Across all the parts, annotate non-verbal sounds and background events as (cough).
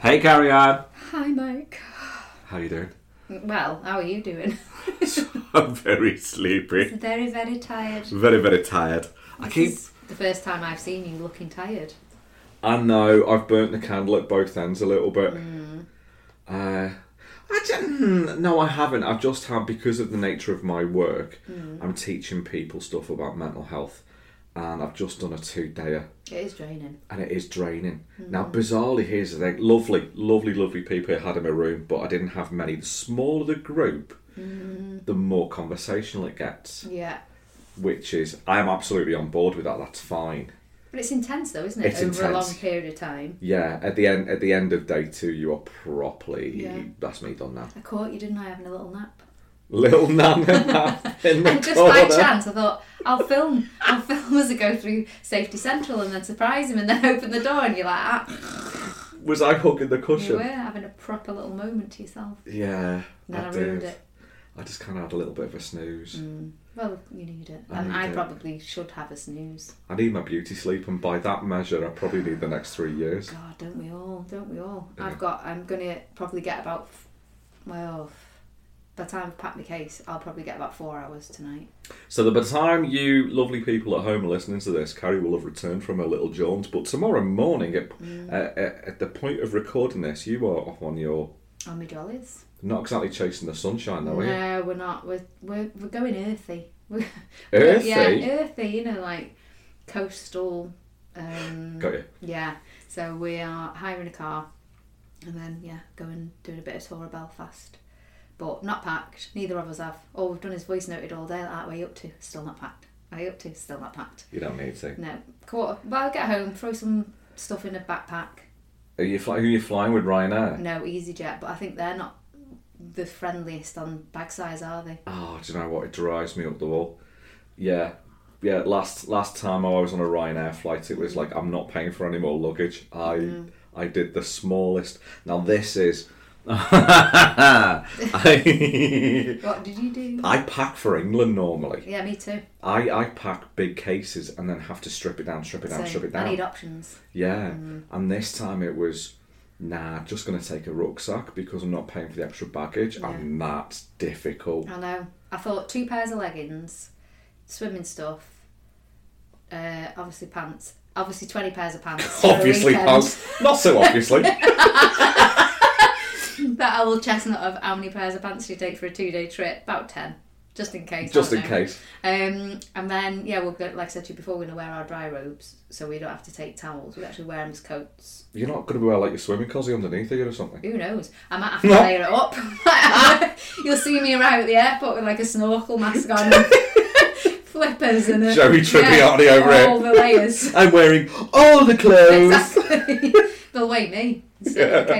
Hey, carry on. Hi, Mike. How you doing? (laughs) Well, how are you doing? I'm very sleepy. (laughs) very, very tired. Very, very tired. I keep. This is the first time I've seen you looking tired. I know I've burnt the candle at both ends a little bit. Mm. Uh, I don't, no, I haven't. I've just had because of the nature of my work. Mm. I'm teaching people stuff about mental health, and I've just done a two-dayer, It is draining. and it is draining. Now, Mm. bizarrely, here's the thing: lovely, lovely, lovely people I had in my room, but I didn't have many. The smaller the group, Mm. the more conversational it gets. Yeah. Which is, I am absolutely on board with that. That's fine. But it's intense though, isn't it? It's Over a intense. long period of time. Yeah, at the end at the end of day two, you are properly. Yeah. That's me done now. I caught you, didn't I, having a little (laughs) nap? Little Nana (laughs) in the And just by corner. chance, I thought I'll film. I'll (laughs) film as I go through Safety Central and then surprise him and then (laughs) open the door and you're like, ah, Was I hugging the you were cushion? having a proper little moment to yourself. Yeah, Then I, I ruined did. it. Mm. I just kind of had a little bit of a snooze. Well, you need it, I and need I it. probably should have a snooze. I need my beauty sleep, and by that measure, I probably need the next three years. God, don't we all? Don't we all? Yeah. I've got. I'm gonna probably get about. Well, by the time I've packed my case, I'll probably get about four hours tonight. So that by the time you lovely people at home are listening to this, Carrie will have returned from her little jaunt. But tomorrow morning, at, Mm. at, at- at the point of recording this, you are off on your On my jollies. not exactly chasing the sunshine, though, are you? no, we're not. We're we're, we're going earthy. (laughs) We're- Earthy? Yeah, earthy. You know, like coastal. Um, Got you. yeah. So we are hiring a car, and then yeah, going doing a bit of tour of Belfast, but not packed. Neither of us have. All we've done is voice noted all day. Like, "Ah, where you up to? Still not packed. Are you up to? Still not packed. You don't need to. No, quarter. Well, I'll get home, throw some stuff in a backpack. Are you flying? Are you flying with Ryanair? No, EasyJet, but I think they're not the friendliest on bag size, are they? Oh, do you know what? It drives me up the wall. Yeah, yeah. Last last time I was on a Ryanair flight, it was like I'm not paying for any more luggage. I Mm. I did the smallest. Now this (laughs) is. (laughs) I, What did you do? I pack for England normally. Yeah, me too. I, I pack big cases and then have to strip it down, strip it down, so strip it I down. need options. Yeah. And this time it was, nah, just going to take a rucksack because I'm not paying for the extra baggage. And that's (laughs) difficult. I know. I thought two pairs of leggings, swimming stuff, uh, obviously pants, obviously twenty pairs of pants. for a obviously, weekend. pants. Not so (laughs) obviously. (laughs) That old chestnut of how many pairs of pants do you take for a two-day trip? About ten, just in case. I just don't in know. case. Um, and then, yeah, we'll go, like I said to you before, we're going to wear our dry robes so we don't have to take towels. We actually wear them as coats. You're not going to wear like your swimming cosy underneath you or something. Who knows? I might have to No. layer it up. (laughs) You'll see me around at the airport with like a snorkel mask on, (laughs) flippers, and a. Joey Tribbiani over here. All (laughs) the (laughs) layers. I'm wearing all the clothes. Exactly. (laughs) They'll weigh me. instead of the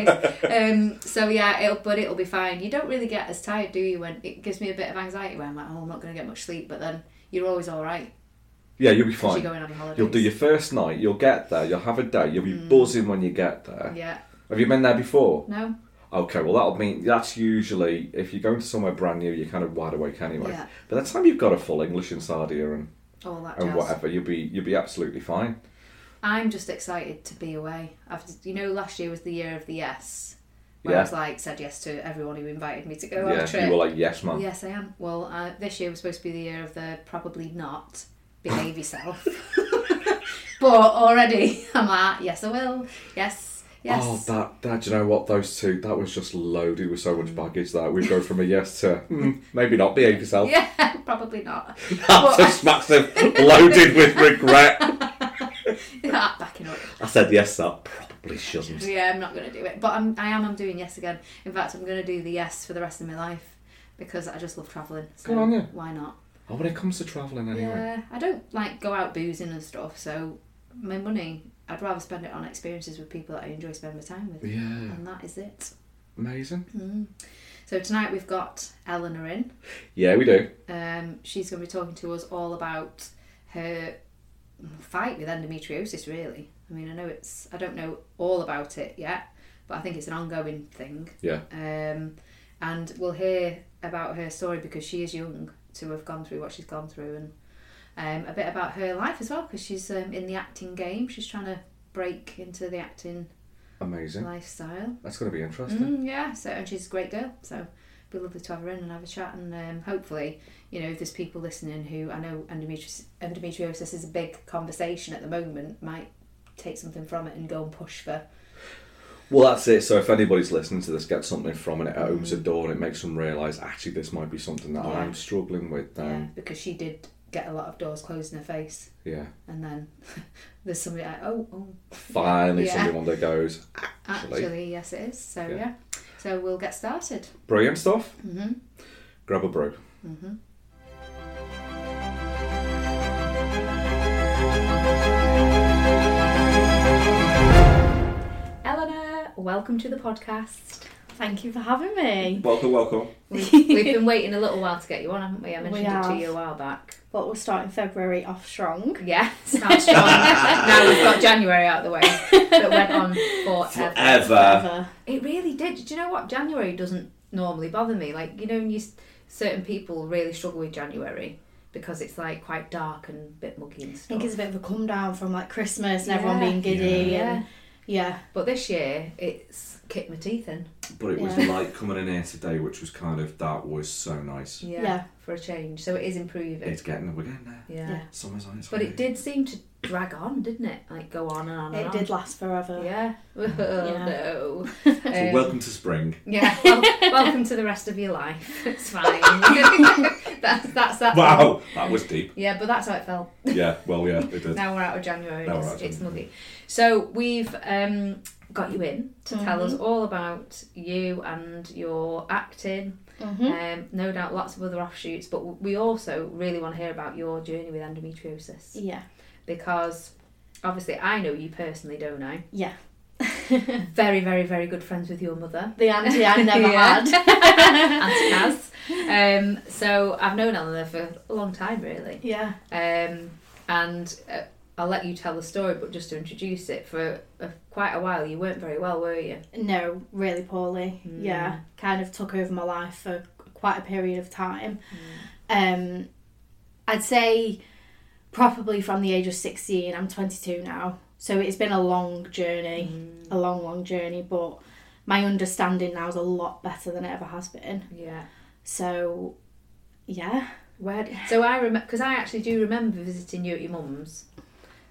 case. Um, so yeah, it'll but it'll be fine. You don't really get as tired, do you? When it gives me a bit of anxiety when I'm like, oh, I'm not going to get much sleep, but then you're always all right. (laughs) Yeah, you'll be 'cause You're fine. going on holiday. You'll do your first night. You'll get there. You'll have a day. You'll be buzzing when you get there. Yeah. Have you been there before? No. Okay, well that'll mean that's usually if you're going to somewhere brand new, you're kind of wide awake anyway. Yeah. By the time you've got a full English inside here and all that and jazz. Oh, whatever, you'll be you'll be absolutely fine. I'm just excited to be away. I've, you know, last year was the year of the yes. Where I Yeah. was like, said yes to everyone who invited me to go on a yeah, trip. you were like, "Oh." yes, man. yes, I am. Well, uh, this year was supposed to be the year of the probably not behave (laughs) yourself. but already I'm like, yes, I will. Yes, yes. Oh, that that do you know what those two? That was just loaded with so much baggage that we (laughs) go from a yes to "Hmm, maybe not behave yourself. (laughs) Mm. yeah, probably not. (laughs) (laughs) That's Well, just smacks of loaded with regret. Backing Ah, up. I said yes, that probably shouldn't. Yeah, I'm not going to do it. But I'm, I am. I'm doing yes again. In fact, I'm going to do the yes for the rest of my life because I just love travelling. So Good on you. why not? Oh, when it comes to travelling, anyway. Yeah, I don't like go out boozing and stuff. So my money, I'd rather spend it on experiences with people that I enjoy spending my time with, Yeah, and that is it. Mm. amazing. So tonight we've got Eleanor in. Yeah, we do. Um, she's going to be talking to us all about her fight with endometriosis. Really, I mean, I know it's I don't know all about it yet, but I think it's an ongoing thing. Yeah, Um, and we'll hear about her story because she is young to have gone through what she's gone through, and um, a bit about her life as well because she's um, in the acting game. She's trying to break into the acting Amazing. lifestyle. That's going to be interesting. Mm, yeah, so and she's a great girl, so it'd be lovely to have her in and have a chat. And um, hopefully, you know, if there's people listening who I know endometriosis, endometriosis is a big conversation at the moment, might take something from it and go and push for. Well, that's it. So if anybody's listening to this, gets something from it, it opens a door and it makes them realise actually this might be something that Mm. Yeah. I'm struggling with. yeah, Then, because she did get a lot of doors closed in her face, yeah, and then (laughs) there's somebody like, oh, oh, finally Yeah. somebody one day goes, actually, Actually. yes, it is. So Yeah. yeah, so we'll get started. brilliant stuff. hmm Grab a brew. Mm-hmm. Eleanor, welcome to the podcast. (laughs) Thank you for having me. Welcome, welcome. We've, we've been waiting a little while to get you on, haven't we? I mentioned We it to have. you a while back. But we're starting February off strong. Yeah, (laughs) (laughs) sounds strong. now we've got January out of the way. That went on forever. Ever. Ever. It really did. Do you know what? January doesn't normally bother me. Like you know, when you s- certain people really struggle with January because it's like quite dark and a bit muggy and I stuff. think it's a bit of a come down from like Christmas and everyone Yeah. being giddy yeah. and yeah. um, But this year, it's kicked my teeth in. But it was Yeah. light coming in here today, which was kind of that was so nice. Yeah, Yeah. For a change, so it is improving. It's getting we're getting there. yeah. Yeah. Summer's on its But way. it did seem to drag on, didn't it? Like go on and on. and It did last forever. On. Yeah. (laughs) Oh, No. So Um, welcome to spring. Yeah, well, welcome to the rest of your life. (laughs) It's fine. that's that's that. Wow, that was deep. Yeah, but that's how it felt. Yeah, well, yeah, it did. Now we're out of January. Now it's, we're out of it's January. muggy. So we've um, got you in to tell us Mhm. all about you and your acting. hmm Um, no doubt, lots of other offshoots, but w- we also really want to hear about your journey with endometriosis Yeah. because obviously I know you personally, don't I? Yeah. (laughs) Very, very, very good friends with your (laughs) mother. The auntie (laughs) I never Yeah. had. Auntie Naz. Um, so I've known Eleanor for a long time, really. Yeah. Um, and uh, I'll let you tell the story, but just to introduce it, for uh, quite a while you weren't very well, were you? No, really poorly. Hmm. Yeah. Kind of took over my life for quite a period of time. Hmm. Um I'd say probably from the age of 16. I'm 22 now. So it's been a long journey, Hmm. a long long journey, but my understanding now is a lot better than it ever has been. Yeah. So yeah. Where? So I remember because I actually do remember visiting you at your mum's,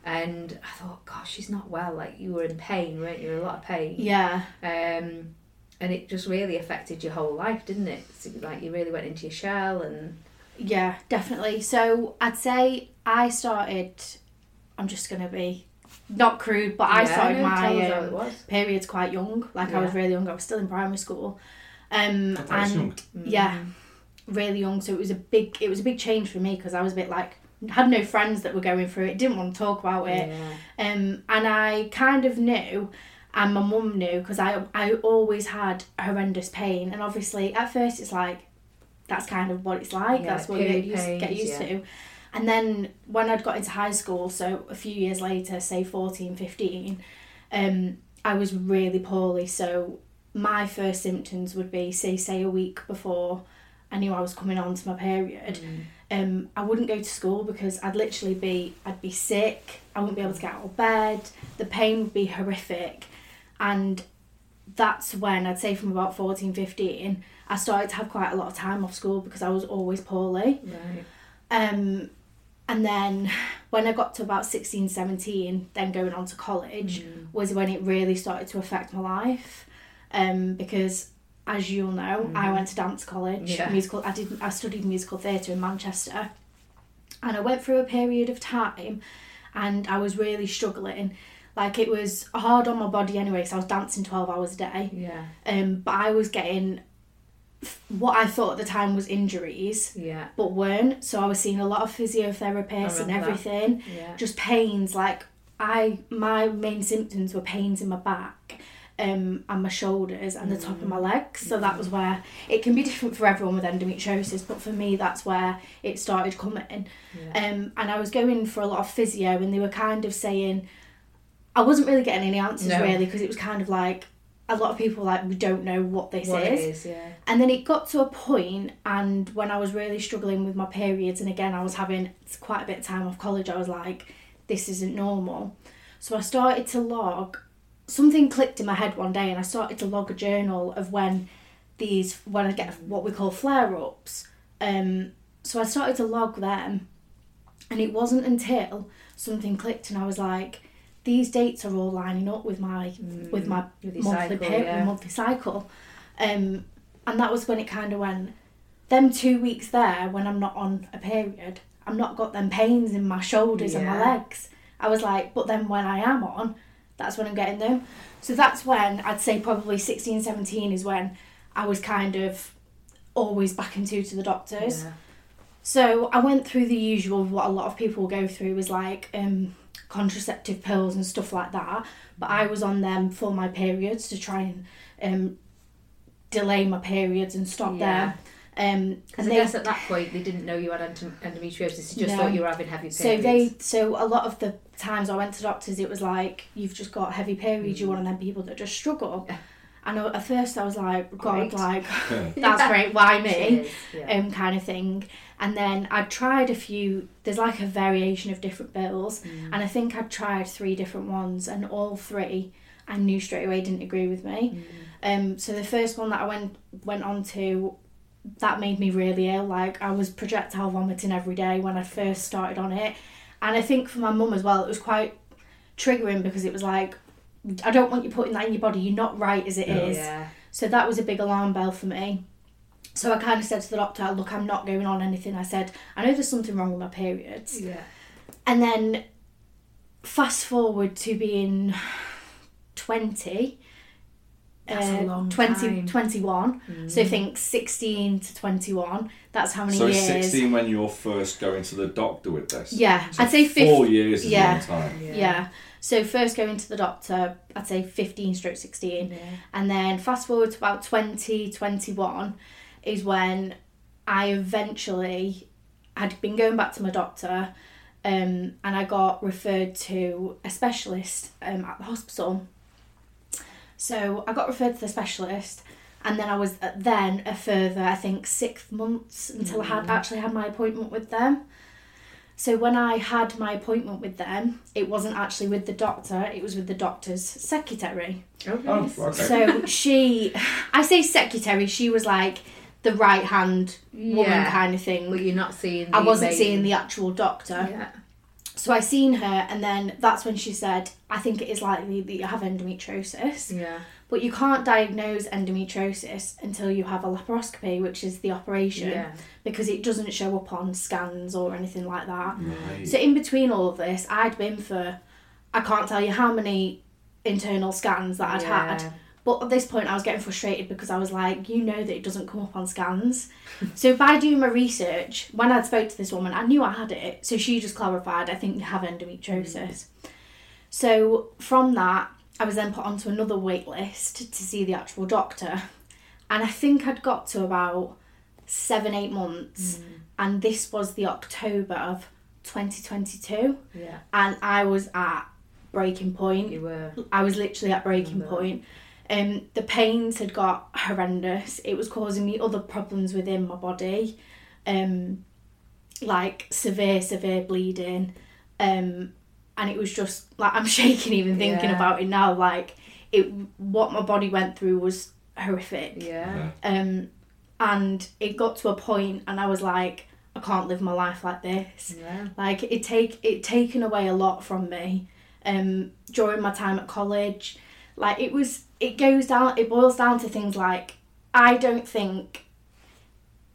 and I thought, gosh, she's not well. Like you were in pain, weren't you? A lot of pain. Yeah. Um, and it just really affected your whole life, didn't it? So, like you really went into your shell, and Yeah, definitely. So I'd say I started I'm just going to be not crude, but I Yeah, started know, tell us my how um, it was. periods quite young. Like I was Yeah. really young. I was still in primary school. Um, That was and young. yeah, really young. So it was a big it was a big change for me because I was a bit like had no friends that were going through it. Didn't want to talk about it. Yeah. Um, and I kind of knew. And my mum knew because I I always had horrendous pain, and obviously at first it's like that's kind of what it's like. Yeah, that's what you period used, get pains, used yeah. to. And then when I'd got into high school, so a few years later, say 14, 15, um, I was really poorly. So my first symptoms would be, say, say a week before I knew I was coming on to my period. Mm. Um, I wouldn't go to school because I'd literally be, I'd be sick. I wouldn't be able to get out of bed. The pain would be horrific. And that's when I'd say from about 14, 15, I started to have quite a lot of time off school because I was always poorly. Right. Um, and then when I got to about 16, 17, then going on to college was when it really started to affect my life. Um, because as you'll know, I went to dance college, Yeah. musical. I did. I studied musical theatre in Manchester, and I went through a period of time, and I was really struggling. Like it was hard on my body anyway, so I was dancing twelve hours a day Yeah. um, but I was getting f- what I thought at the time was injuries, Yeah. but weren't. So I was seeing a lot of physiotherapists remember and that. everything, Yeah. just pains. Like I, my main symptoms were pains in my back. Um, and my shoulders and the top Mm. of my legs so that was where it can be different for everyone with endometriosis but for me that's where it started coming um, and I was going for a lot of physio and they were kind of saying I wasn't really getting any answers No. really because it was kind of like a lot of people were like we don't know what this What it is. is, yeah. And then it got to a point, and when I was really struggling with my periods, and again, I was having quite a bit of time off college, I was like, this isn't normal. So I started to log something clicked in my head one day and I started to log a journal of when these when I get what we call flare ups. Um, so I started to log them, and it wasn't until something clicked and I was like, these dates are all lining up with my with my Mm. With your monthly cycle, pay- yeah. monthly cycle, um, and that was when it kind of went. Them two weeks there when I'm not on a period, I'm not got them pains in my shoulders and my Yeah. legs. I was like, but then when I am on, that's when I'm getting them. So that's when I'd say probably 16, 17 is when I was kind of always back and two to the doctors. Yeah. So I went through the usual of what a lot of people go through was like um, contraceptive pills and stuff like that. But I was on them for my periods to try and um, delay my periods and stop Yeah. them. Um, Because I and they- guess at that point they didn't know you had endo- endometriosis. They just No. thought you were having heavy periods. So they, so a lot of the times I went to doctors, it was like you've just got heavy periods. Mm. You're one of them people that just struggle. And uh, at first I was like, God, Great. like that's Yeah. great. Why me? Cheers, yeah. um, kind of thing. And then I tried a few. There's like a variation of different bills, Mm. and I think I tried three different ones, and all three I knew straight away didn't agree with Mm. me. Um, so the first one that I went went on to, that made me really ill. Like I was projectile vomiting every day when I first started on it, and I think for my mum as well, it was quite triggering because it was like. I don't want you putting that in your body. You're not right as it is. yeah. So that was a big alarm bell for me. So I kind of said to the doctor, look, I'm not going on anything. I said, I know there's something wrong with my periods. Yeah. And then fast forward to being 20. That's a long 20, time. Mm. 21. uh, So think 16 to 21. That's how many So it's years. 16 when you're first going to the doctor with this. Yeah, So I'd say four 15. years is a yeah. long time. Yeah. So first going to the doctor, I'd say 15 stroke 16. Yeah. And then fast forward to about 20, 21 is when I eventually had been going back to my doctor um, and I got referred to a specialist um, at the hospital. So I got referred to the specialist and then I was at- then a further, I think, six months until I had actually had my appointment with them. So when I had my appointment with them, it wasn't actually with the doctor, it was with the doctor's secretary. Oh, okay. So she, I say secretary, she was like the right hand woman Yeah. kind of thing. Well, you're not seeing. I wasn't main- seeing the actual doctor. Yeah. So I seen her, and then that's when she said, I think it is likely that you have endometriosis, Yeah. but you can't diagnose endometriosis until you have a laparoscopy, which is the operation, Yeah. because it doesn't show up on scans or anything like that. Right. So in between all of this, I'd been for I can't tell you how many internal scans that I'd Yeah. had. But at this point, I was getting frustrated because I was like, you know that it doesn't come up on scans. (laughs) so by doing my research, when I spoke to this woman, I knew I had it. So she just clarified, I think you have endometriosis. So from that, I was then put onto another wait list to see the actual doctor. And I think I'd got to about seven, eight months. And this was the October of 2022. Yeah. And I was at breaking point. You were. I was literally at breaking Oh, point. Um, the pains had got horrendous. It was causing me other problems within my body, um, like severe, severe bleeding, um, and it was just like I'm (laughs) shaking even thinking Yeah. about it now. Like it, what my body went through was horrific. Yeah. Um, and it got to a point, and I was like, I can't live my life like this Yeah. like it take it taken away a lot from me um during my time at college like it was it goes down it boils down to things like i don't think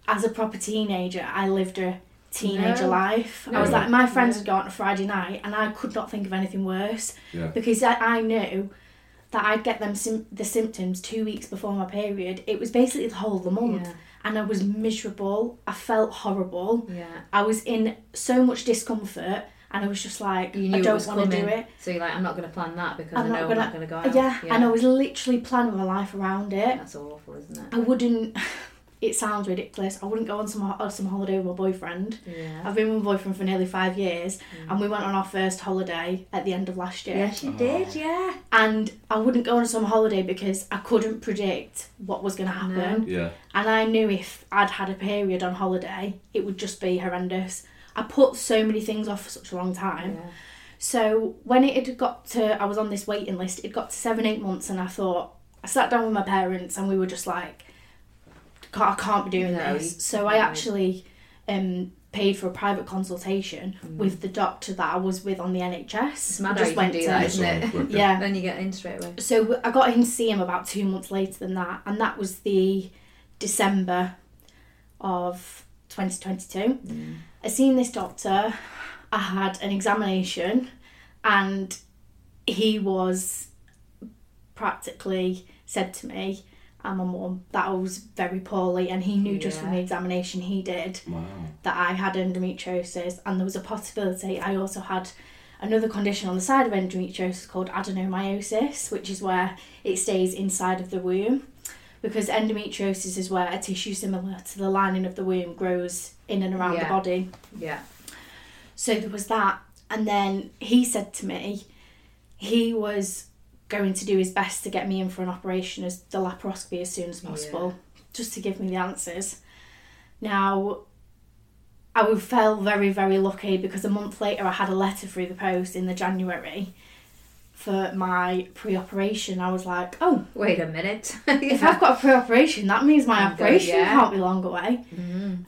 as a proper teenager i lived a teenager No. life i was No. like my friends No. would go out on a friday night and i could not think of anything worse Yeah. because I, I knew that I'd get them sim- the symptoms two weeks before my period. It was basically the whole of the month, Yeah. and I was miserable. I felt horrible. Yeah. I was in so much discomfort, and I was just like, You knew I it was don't coming. want to do it. So you're like, I'm not going to plan that because I'm I not know gonna- I'm not going to go out. yeah, and I was literally planning my life around it. That's awful, isn't it? I wouldn't. (sighs) It sounds ridiculous. I wouldn't go on some ho- some holiday with my boyfriend. Yeah. Mm. I've been with my boyfriend for nearly five years, and we went on our first holiday at the end of last year. Yes, you did. Yeah. and I wouldn't go on some holiday because I couldn't predict what was going to happen. Yeah. And I knew if I'd had a period on holiday, it would just be horrendous. I put so many things off for such a long time. Yeah. So when it had got to, I was on this waiting list, it got to seven, eight months, and I thought, I sat down with my parents and we were just like, "Ca- I can't be doing No, you- this. So I no. actually um, paid for a private consultation with the doctor that I was with on the NHS. Mm. It's mad I how you can do that, isn't Yes, it? I'm- Yeah. Then you get in straight away. So w- I got in to see him about two months later than that, and that was the December of 2022. I seen this doctor, I had an examination, and he was practically said to me, and my mum, that I was very poorly, and he knew just from the Yeah. examination he did Wow. that I had endometriosis, and there was a possibility I also had another condition on the side of endometriosis called adenomyosis, which is where it stays inside of the womb. Because endometriosis is where a tissue similar to the lining of the womb grows in and around the Yeah. body. Yeah. So there was that. And then he said to me, he was going to do his best to get me in for an operation as the laparoscopy as soon as possible, just to give me the answers. Now, I w- felt very, very lucky because a month later I had a letter through the post in the January for my pre operation. I was like, oh, Wait a minute. (laughs) if I've got a pre-operation, that means my I'm good, operation yeah. Mm-hmm. can't be long away.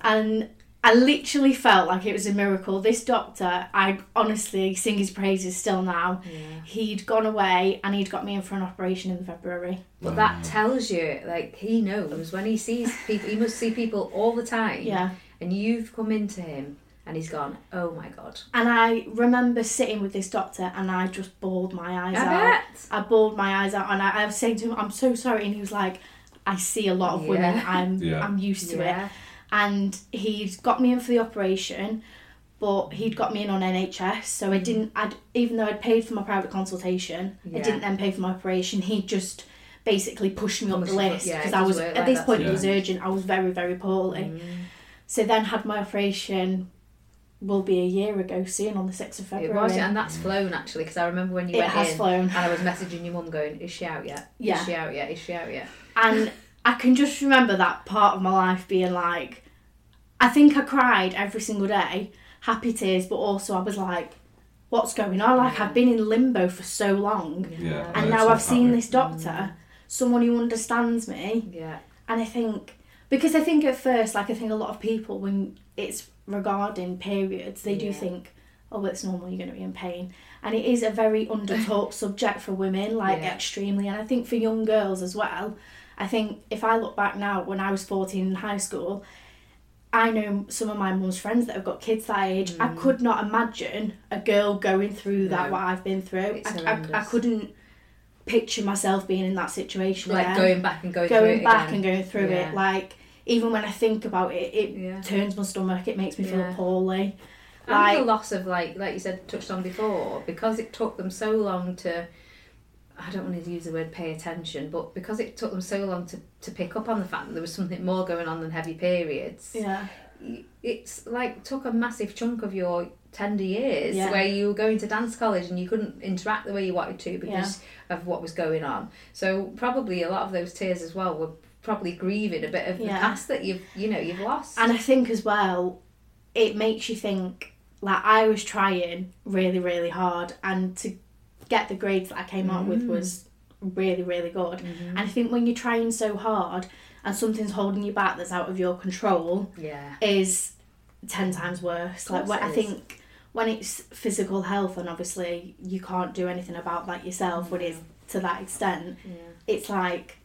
And I literally felt like it was a miracle. This doctor, I honestly sing his praises still now. He'd gone away and he'd got me in for an operation in February. But that tells you, like, he knows when he sees people, he must see people all the time. Yeah. And you've come into him and he's gone, oh my God. And I remember sitting with this doctor and I just bawled my eyes I out. bet. I bawled my eyes out and I, I was saying to him, I'm so sorry. And he was like, I see a lot of women. Yeah. I'm Yeah. I'm used to it. Yeah. and he'd got me in for the operation but he'd got me in on NHS so I didn't I'd even though I'd paid for my private consultation I Yeah. didn't then pay for my operation he just basically pushed me up Pushed the you up, list yeah, it because I does was work at like this that Mm. point it sometimes. was urgent I was very very poorly so then had my operation will be a year ago soon on the 6th of February It was, and that's flown actually, because I remember when you It went has in flown. and I was messaging your mum going, is she out yet? Yeah. Is she out yet? Is she out yet? and I can just remember that part of my life being like, I think I cried every single day, happy tears, but also I was like, what's going on? Like I've been in limbo for so long, Yeah. and no, now I've it's not seen happening. this doctor, someone who understands me, Yeah. and I think because I think at first, like I think a lot of people when it's regarding periods, they do Yeah. think. Oh, it's normal. You're going to be in pain, and it is a (laughs) very under-talked subject for women, like Yeah. extremely, and I think for young girls as well. I think if I look back now, when I was 14 in high school, I know some of my mum's friends that have got kids that age. I could not imagine a girl going through that, Mm. No. what I've been through. It's I, I, I horrendous. couldn't picture myself being in that situation. Like again. going back and going, through Going it back again. and going through Yeah. it. Like, even when I think about it, it Yeah. turns my stomach, it makes me feel Yeah. poorly. and Like- the loss of like like you said touched on before because it took them so long to I don't want to use the word pay attention but because it took them so long to, to pick up on the fact that there was something more going on than heavy periods Yeah. y- it's like took a massive chunk of your tender years Yeah. where you were going to dance college and you couldn't interact the way you wanted to because of what was going on so probably a lot of those tears as well were probably grieving a bit of Yeah. the past that you've you know you've lost And I think as well, it makes you think. Like I was trying really, really hard, and to get the grades that I came out with was Mm. really, really good. Mm-hmm. And I think when you're trying so hard and something's holding you back that's out of your control, yeah is ten times worse. Like course when, it I is. think when it's physical health, and obviously you can't do anything about that yourself. When it's to that extent, it's like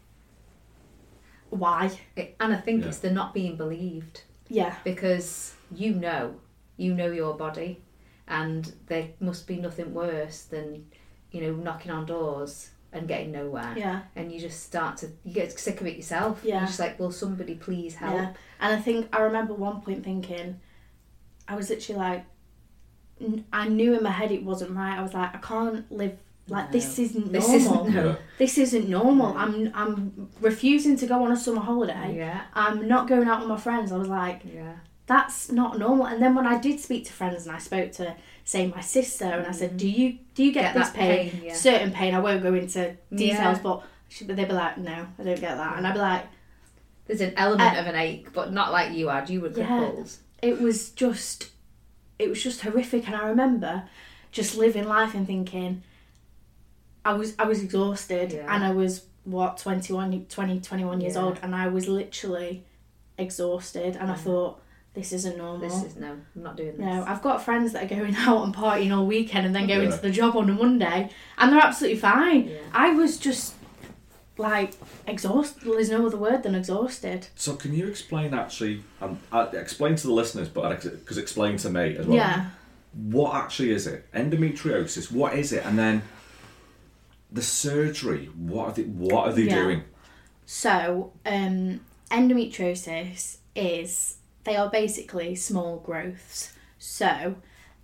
why? It- and I think Yeah. it's the not being believed Yeah, because you know, you know your body, and there must be nothing worse than, you know, knocking on doors and getting nowhere. yeah. And you just start to you get sick of it yourself. Yeah. You're just like, will somebody please help? Yeah. And I think I remember one point thinking, I was literally like, n- I knew in my head it wasn't right. I was like, I can't live like No. this isn't This normal. This isn't (laughs) isn't, no. Yeah. normal. I'm I'm refusing to go on a summer holiday. Yeah. I'm not going out with my friends. I was like, Yeah. that's not normal. And then when I did speak to friends and I spoke to say my sister and I said, do you do you get, Mm-hmm. Get this that pain? pain, yeah. Certain pain. I won't go into details, Yeah. but she- but they'd be like, no, I don't get that. And I'd be like. There's an element of an ache, but not like you had. You were Yeah. crippled. it was just it was just horrific and i remember just living life and thinking I was I was exhausted Yeah. and I was what 21 20 21 years Yeah. old and I was literally exhausted and I thought this isn't normal. This is no, I'm not doing this. no, I've got friends that are going (laughs) out and partying all weekend and then going Yeah. to the job on a Monday and they're absolutely fine. Yeah. I was just like exhausted. There's no other word than exhausted. So can you explain actually? Um, uh, explain to the listeners, but because explain to me as well. yeah. What actually is it? Endometriosis. What is it? And then the surgery. What are they? What are they Yeah. doing? So, um, endometriosis is they are basically small growths. So,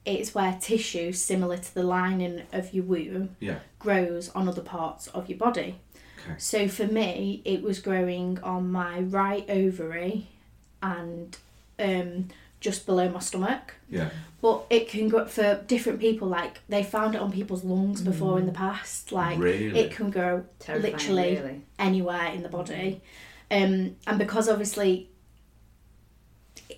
it's where tissue similar to the lining of your womb Yeah. grows on other parts of your body. Okay. So for me, it was growing on my right ovary and um, just below my stomach. Yeah. But it can grow for different people. Like they found it on people's lungs before in the past. Like Mm. Really? it can grow Terrifying, literally really. anywhere in the body. Um, and because obviously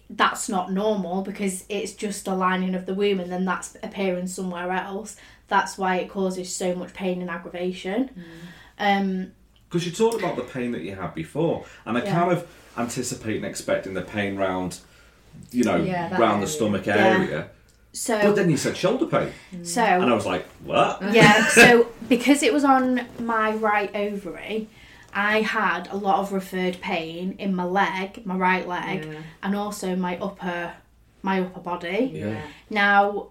that's not normal because it's just a lining of the womb and then that's appearing somewhere else. That's why it causes so much pain and aggravation. Um, Because you talked about the pain that you had before, and I Yeah. kind of anticipate and expecting the pain round, you know, Yeah, that round area. the stomach Yeah. area. But so then you said shoulder pain, so and I was like, what? yeah, so because it was on my right ovary, I had a lot of referred pain in my leg, my right leg, Yeah. and also my upper my upper body. Yeah. Now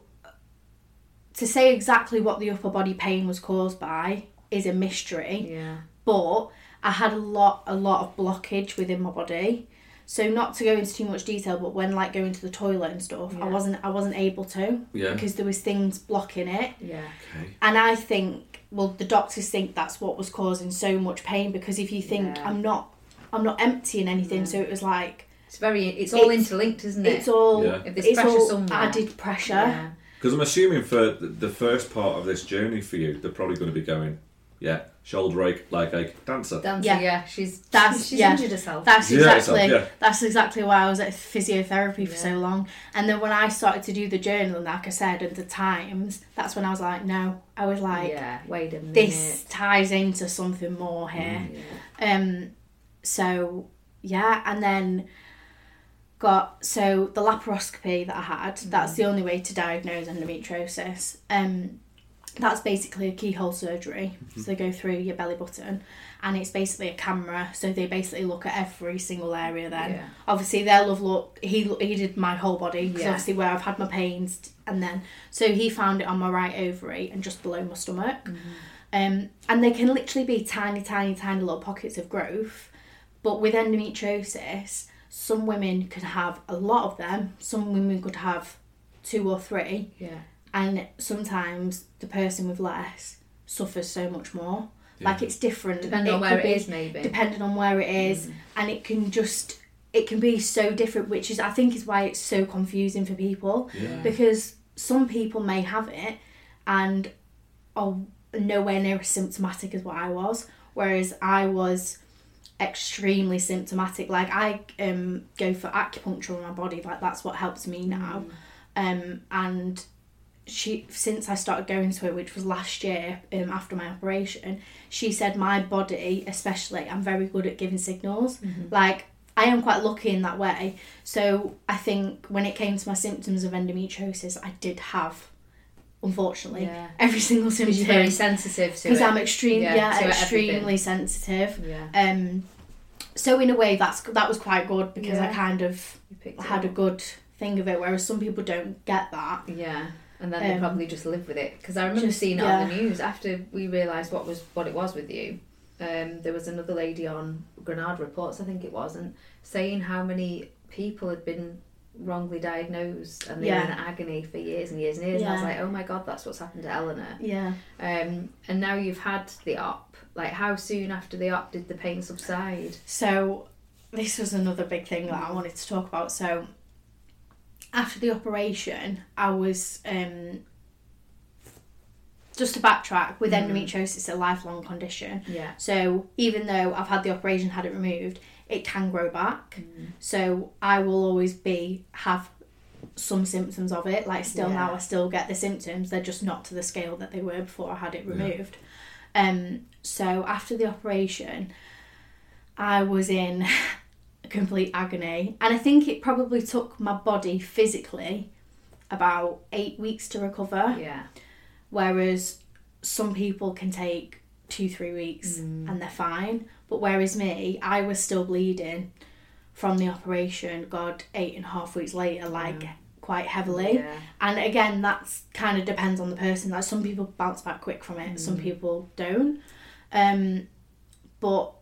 to say exactly what the upper body pain was caused by is a mystery, Yeah. but I had a lot a lot of blockage within my body. So not to go into too much detail, but when like going to the toilet and stuff, I Yeah. wasn't I wasn't able to Yeah. because there was things blocking it. Yeah. Okay. And I think, well, the doctors think that's what was causing so much pain because if you think Yeah. Mm. I'm not, I'm not emptying anything, so it was like It's very. It's all It's- interlinked, isn't it? it's all, Yeah. If there's it's pressure all somewhere. added pressure. Yeah. Because I'm assuming for th- the first part of this journey for you, they're probably going to be going, yeah, shoulder ache, leg ache, dancer. Dancer, yeah. Yeah. She's That's- she's yeah. injured herself. That's Yeah, exactly it's- yeah. that's exactly why I was at physiotherapy for so Yeah. long. And then when I started to do the journal, like I said, and the times, that's when I was like, no, I was like, yeah. Wait a minute. Mm, this ties into something more here. Yeah. Um, so yeah, and then got so the laparoscopy that I had. Mm. That's the only way to diagnose endometriosis. Um, that's basically a keyhole surgery. Mm-hmm. So they go through your belly button, and it's basically a camera. So they basically look at every single area. Then Yeah. obviously they'll have looked. He he did my whole body because Yeah. obviously where I've had my pains, and then so he found it on my right ovary and just below my stomach. Mm-hmm. Um, and they can literally be tiny, tiny, tiny little pockets of growth. But with endometriosis, some women could have a lot of them, some women could have two or three, Yeah. and sometimes the person with less suffers so much more. Like it's different. Depending on It where could it be- is, maybe. Mm. Depending on where it is, and it can just it can be so different, which is I think is why it's so confusing for people Yeah. because some people may have it and are nowhere near as symptomatic as what I was, whereas I was extremely symptomatic. Like I um go for acupuncture on my body, like that's what helps me Mm. now. Um and she since I started going to it, which was last year um, after my operation, she said my body, especially, I'm very good at giving signals. Mm-hmm. Like I am quite lucky in that way. So I think when it came to my symptoms of endometriosis, I did have, unfortunately, Yeah. every single symptom Because you're very sensitive to it. because I'm extreme, Yeah, yeah, to extremely sensitive. Yeah. Um, so in a way, that's that was quite good because I Yeah. kind of You picked it had a up. good thing of it, whereas some people don't get that. Yeah. And then they Um, probably just live with it because I remember just- seeing it on the yeah. news after we realised what was what it was with you. Um, there was another lady on Granada Reports, I think it was, and saying how many people had been wrongly diagnosed and they were in Yeah. agony for years and years and years. And I was Yeah. like, oh my god, that's what's happened to Eleanor. Yeah, Um, and now you've had the op. Like, how soon after the op did the pain subside? So this was another big thing that I wanted to talk about. So after the operation, I was um, just to backtrack with endometriosis, it's a lifelong condition. Yeah. So even though I've had the operation, had it Mm. removed, it can grow back. So I will always be have some symptoms of it. Like still Yeah. now, I still get the symptoms. They're just not to the scale that they were before I had it removed. Um, so after the operation, I was in (laughs) complete agony, and I think it probably took my body physically about eight weeks to recover. Yeah. Whereas some people can take two, three weeks and they're fine. But whereas me, I was still bleeding from the operation, God, eight and a half weeks later, like quite heavily. Yeah. And again, that's kind of depends on the person. Like some people bounce back quick from it, some people don't. Um, but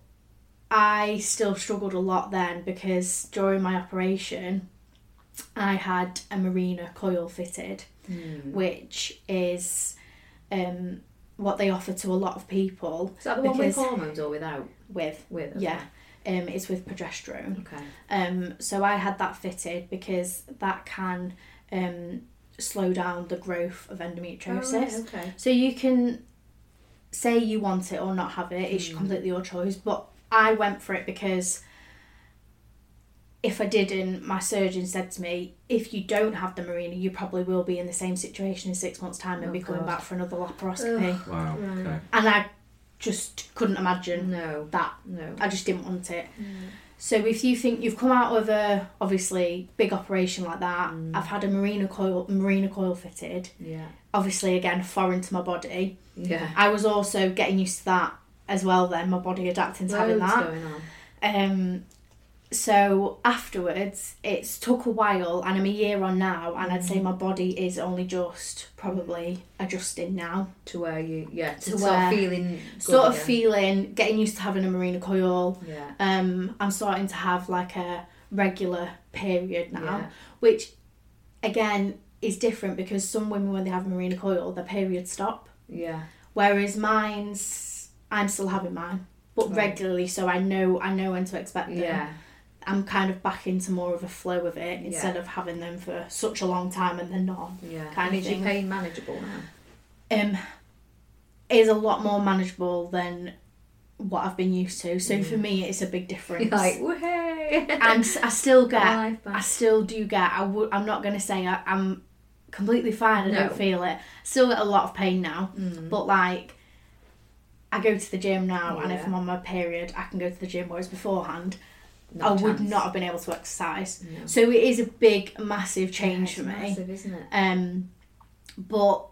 I still struggled a lot then because during my operation, I had a marina coil fitted, which is um, what they offer to a lot of people Is that the one Because- with hormones or without? with With. okay. yeah, um, it's with progesterone. Okay. Um, so I had that fitted because that can um, slow down the growth of endometriosis. Oh, okay. So you can say you want it or not have it. It's Hmm. completely your choice. But I went for it because if I didn't, my surgeon said to me, if you don't have the marina, you probably will be in the same situation in six months' time and Oh, be coming God. back for another laparoscopy. Wow. Right. Okay. And I just couldn't imagine No. that No. I just didn't want it. Mm. So if you think you've come out of a obviously big operation like that, Mm. I've had a marina coil marina coil fitted, Yeah. obviously again foreign to my body. Yeah. I was also getting used to that as well then, my body adapting to having Loads that. going on. Um, so afterwards, it's took a while, and I'm a year on now, and I'd say Mm. my body is only just probably adjusting now, To where you, yeah, to, To sort where- of feeling. Good sort of again. feeling, getting used to having a marina coil. Yeah. Um, I'm starting to have like a regular period now, Yeah. which again is different because some women when they have marina coil, their periods stop. Yeah. whereas mine's I'm still having mine, but Right. regularly, so I know I know when to expect them. Yeah. I'm kind of back into more of a flow of it instead Yeah. of having them for such a long time and then not. Yeah. Kind and of is your thing. pain manageable now? Um, is a lot more manageable than what I've been used to. So for me, it's a big difference. You're Mm. like, (laughs) woohoo! (laughs) and s- I still get, My life back. I still do get. I would. I'm not gonna say I, I'm completely fine. I No. Mm. don't feel it. Still get a lot of pain now, but like. I go to the gym now, and if Yeah. I'm on my period, I can go to the gym. Whereas beforehand, Not I a would chance. not have been able to exercise. No. So it is a big, massive change It's for me. massive, isn't it? Um, but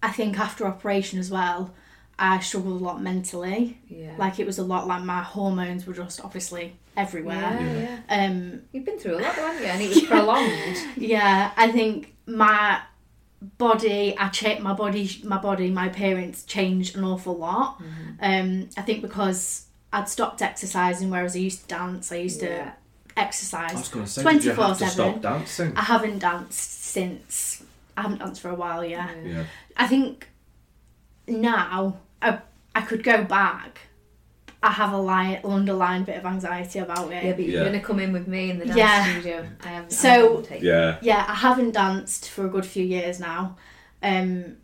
I think after operation as well, I struggled a lot mentally. Yeah. Like it was a lot like my hormones were just obviously yeah, everywhere. yeah, Um, You've been through a lot, though, haven't you? (laughs) And it was prolonged. yeah, I think my body, I checked my body, my body, my appearance changed an awful lot. Um, I think because I'd stopped exercising, whereas I used to dance, I used Yeah. to exercise. I was going to say, did you have to 24/7. stop dancing? I haven't danced since. I haven't danced for a while, yeah. Yeah. I think now I, I could go back. I have a li- an underlying bit of anxiety about it. Yeah, but you're Yeah. gonna come in with me in the dance Yeah. studio. I have So- I Yeah. Yeah, I haven't danced for a good few years now. Um,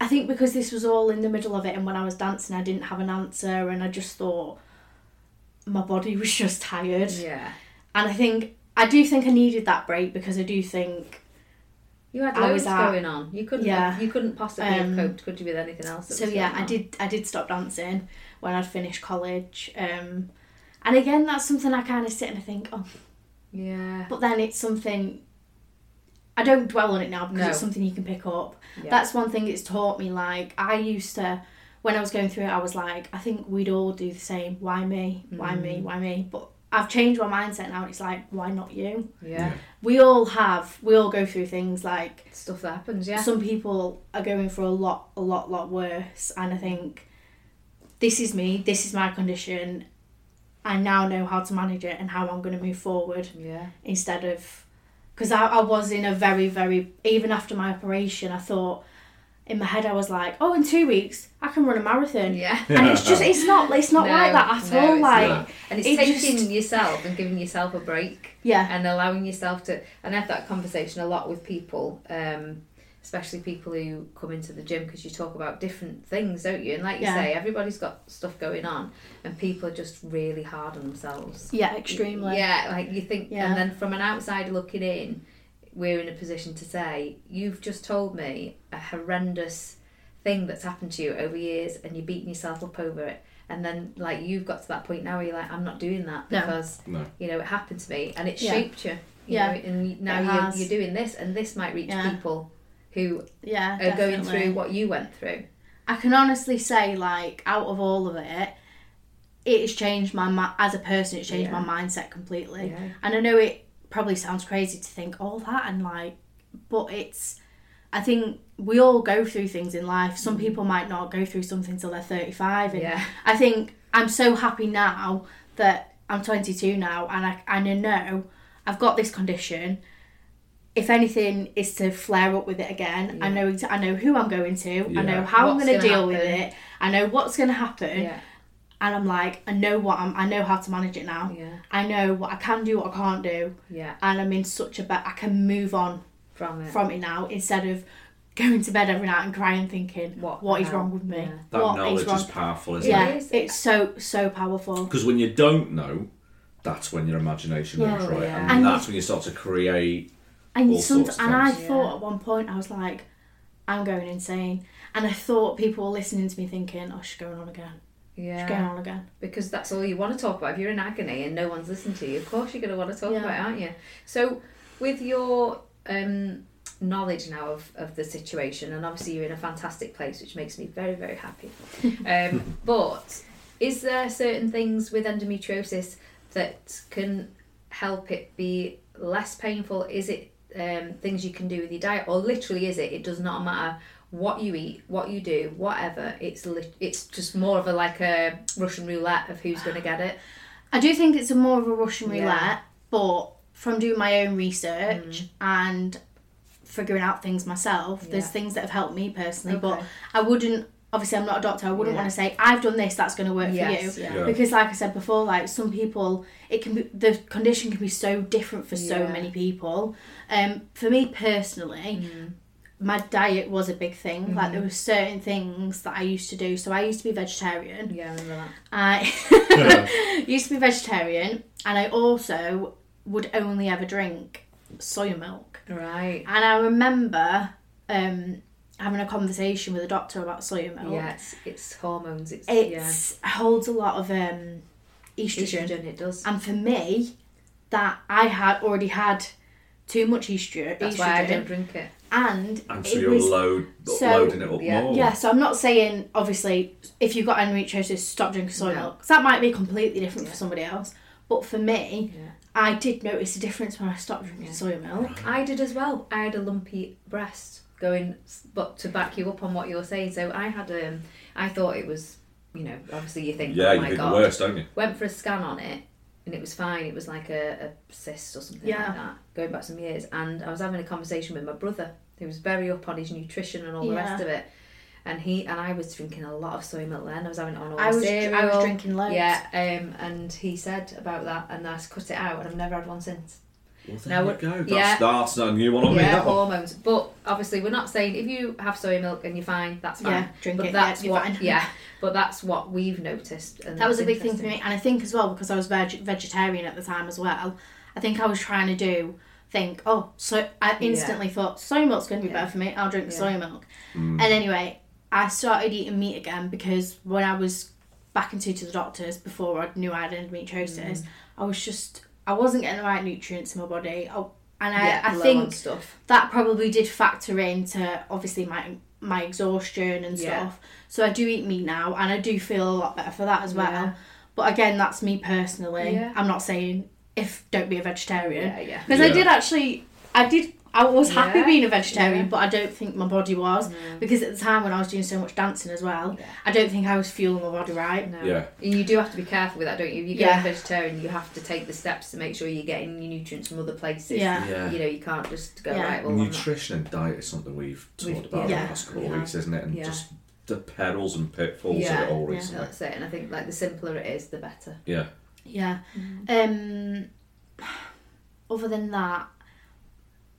I think because this was all in the middle of it, and when I was dancing, I didn't have an answer, and I just thought my body (laughs) was just tired. yeah, And I think I do think I needed that break because I do think you had I loads was at- going on. You couldn't. Yeah. Have, you couldn't possibly have Um, coped, could you, with anything else? That so was yeah going i on? did i did stop dancing when i'd finished college um and again that's something i kind of sit and i think oh Yeah. but then it's something i don't dwell on it now because No. it's something you can pick up Yeah. that's one thing it's taught me like i used to when i was going through it i was like i think we'd all do the same why me why Mm. me why me but i've changed my mindset now it's like why not you yeah. we all have we all go through things like Stuff that happens. Yeah. some people are going for a lot a lot lot worse and i think this is me this is my condition i now know how to manage it and how i'm going to move forward yeah. instead of because I, I was in a very very even after my operation i thought in my head i was like oh in two weeks i can run a marathon Yeah. and it's just it's not it's not No, like that at no, all it's like not. and it's it taking just- yourself and giving yourself a break. yeah and allowing yourself to and I have that conversation a lot with people um especially people who come into the gym because you talk about different things don't you and like you Yeah. say everybody's got stuff going on and people are just really hard on themselves yeah extremely yeah like you think Yeah. and then from an outside looking in we're in a position to say, you've just told me a horrendous thing that's happened to you over years and you're beating yourself up over it. And then, like, you've got to that point now where you're like, I'm not doing that No. because, No. you know, it happened to me and it Yeah. shaped you. you Yeah. Know, and now It you're, has. you're doing this, and this might reach Yeah. people who Yeah, are definitely. Uh, going through what you went through. I can honestly say, like, out of all of it, it has changed my mi- as a person. It's changed Yeah. my mindset completely. Yeah. And I know it probably sounds crazy to think all that and like, but it's. I think we all go through things in life. Mm. Some people might not go through something till they're thirty-five, and Yeah. I think I'm so happy now that I'm 22 now and I, and I know I've got this condition. If anything is to flare up with it again, I Yeah. know exa- I know who I'm going to. I know Yeah. how What's I'm going to gonna deal with happen. it. I know what's going to happen, Yeah. and I'm like, I know what I'm. I know how to manage it now. Yeah. I know what I can do, what I can't do, Yeah. and I'm in such a bet. I can move on From it. from it now instead of going to bed every night and crying, thinking, What what is the hell? wrong with me? Yeah. That What is knowledge wrong- is powerful, isn't Yeah, it? It is. it's so so powerful. Because when you don't know, that's when your imagination Yeah. goes right, Yeah. and, And that's when you start to create. And all some, sorts of and I things. thought Yeah. at one point I was like, I'm going insane. And I thought people were listening to me thinking, oh, she's going on again. She's going Yeah. on again. Because that's all you want to talk about. If you're in agony and no one's listened to you, of course you're going to want to talk Yeah. about it, aren't you? So, with your um, knowledge now of, of the situation, and obviously you're in a fantastic place, which makes me very, very happy. Um, but is there certain things with endometriosis that can help it be less painful? Is it um, things you can do with your diet, or literally is it? It does not matter what you eat, what you do, whatever. It's lit- it's just more of a like a Russian roulette of who's going to get it. I do think it's a more of a Russian Yeah. roulette, but from doing my own research Mm. and figuring out things myself, there's Yeah. things that have helped me personally. But Okay. I wouldn't, obviously, I'm not a doctor. I wouldn't Yeah. want to say I've done this. That's going to work for you. Yes, yeah. Yeah. because like i said before like some people it can be the condition can be so different for so Yeah. many people um for me personally Mm. my diet was a big thing like Mm-hmm. there were certain things that i used to do so i used to be vegetarian (sighs) Yeah, I remember that. i (laughs) used to be vegetarian and i also would only ever drink soy milk Right. and i remember um having a conversation with a doctor about soy milk Yeah, it's, it's hormones. It's yeah. it's holds a lot of um estrogen estrogen. It does. and for me, that I had already had too much estrogen, That's why I estrogen, don't drink it. and And so it you're was load, so- loading it up yeah. more. yeah. So I'm not saying obviously if you've got endometriosis, stop drinking soy No. milk. 'Cause that might be completely different for somebody else. But for me, Yeah. I did notice a difference when I stopped drinking soy milk. I did as well. I had a lumpy breast going, but to back you up on what you're saying, so I had um, I thought it was, you know, obviously you think, Yeah, oh you my think god, the worst, don't you? went for a scan on it and it was fine it was like a, a cyst or something Yeah. like that going back some years and i was having a conversation with my brother who was very up on his nutrition and all the Yeah. rest of it and he and i was drinking a lot of soy milk then i was having it on all I was cereal. I was drinking loads. yeah um, and he said about that and i cut it out and i've never had one since Well, there Now you what- go. That's, yeah. that's not a new one on me. yeah Oh, That one. hormones but obviously we're not saying if you have soy milk and you're fine that's fine Yeah, drink but it, yeah, that's you're what fine. (laughs) yeah but that's what we've noticed and That was a that's big thing for interesting. me, and I think as well because I was veg- vegetarian at the time as well. I think I was trying to do think oh so I instantly thought soy milk's going to be Yeah. better for me. I'll drink Yeah. soy milk, and anyway, I started eating meat again because when I was back into to the doctors before I knew I had endometriosis, Mm. I was just I wasn't getting the right nutrients in my body. I, and I, yeah, I low think on stuff that probably did factor into obviously my my exhaustion and Yeah. stuff. So I do eat meat now, and I do feel a lot better for that as well. Yeah. But again, that's me personally. Yeah. I'm not saying if don't be a yeah vegetarian yeah because I Yeah. did actually. I did. I was happy Yeah. being a vegetarian, Yeah. but I don't think my body was because at the time when I was doing so much dancing as well, Yeah. I don't think I was fueling my body right. No. Yeah. And You do have to be careful with that, don't you? If you're Yeah. going vegetarian, you have to take the steps to make sure you're getting your nutrients from other places. Yeah. Yeah. You know, you can't just go Yeah. right. Well, I'm not- Nutrition and diet is something we've talked We've- about in yeah. the past couple Yeah. of weeks, isn't it? And Yeah. just the perils and pitfalls Yeah. of it all Yeah. recently. that's it. And I think like the simpler it is, the better. Yeah. Yeah. Mm-hmm. Um other than that,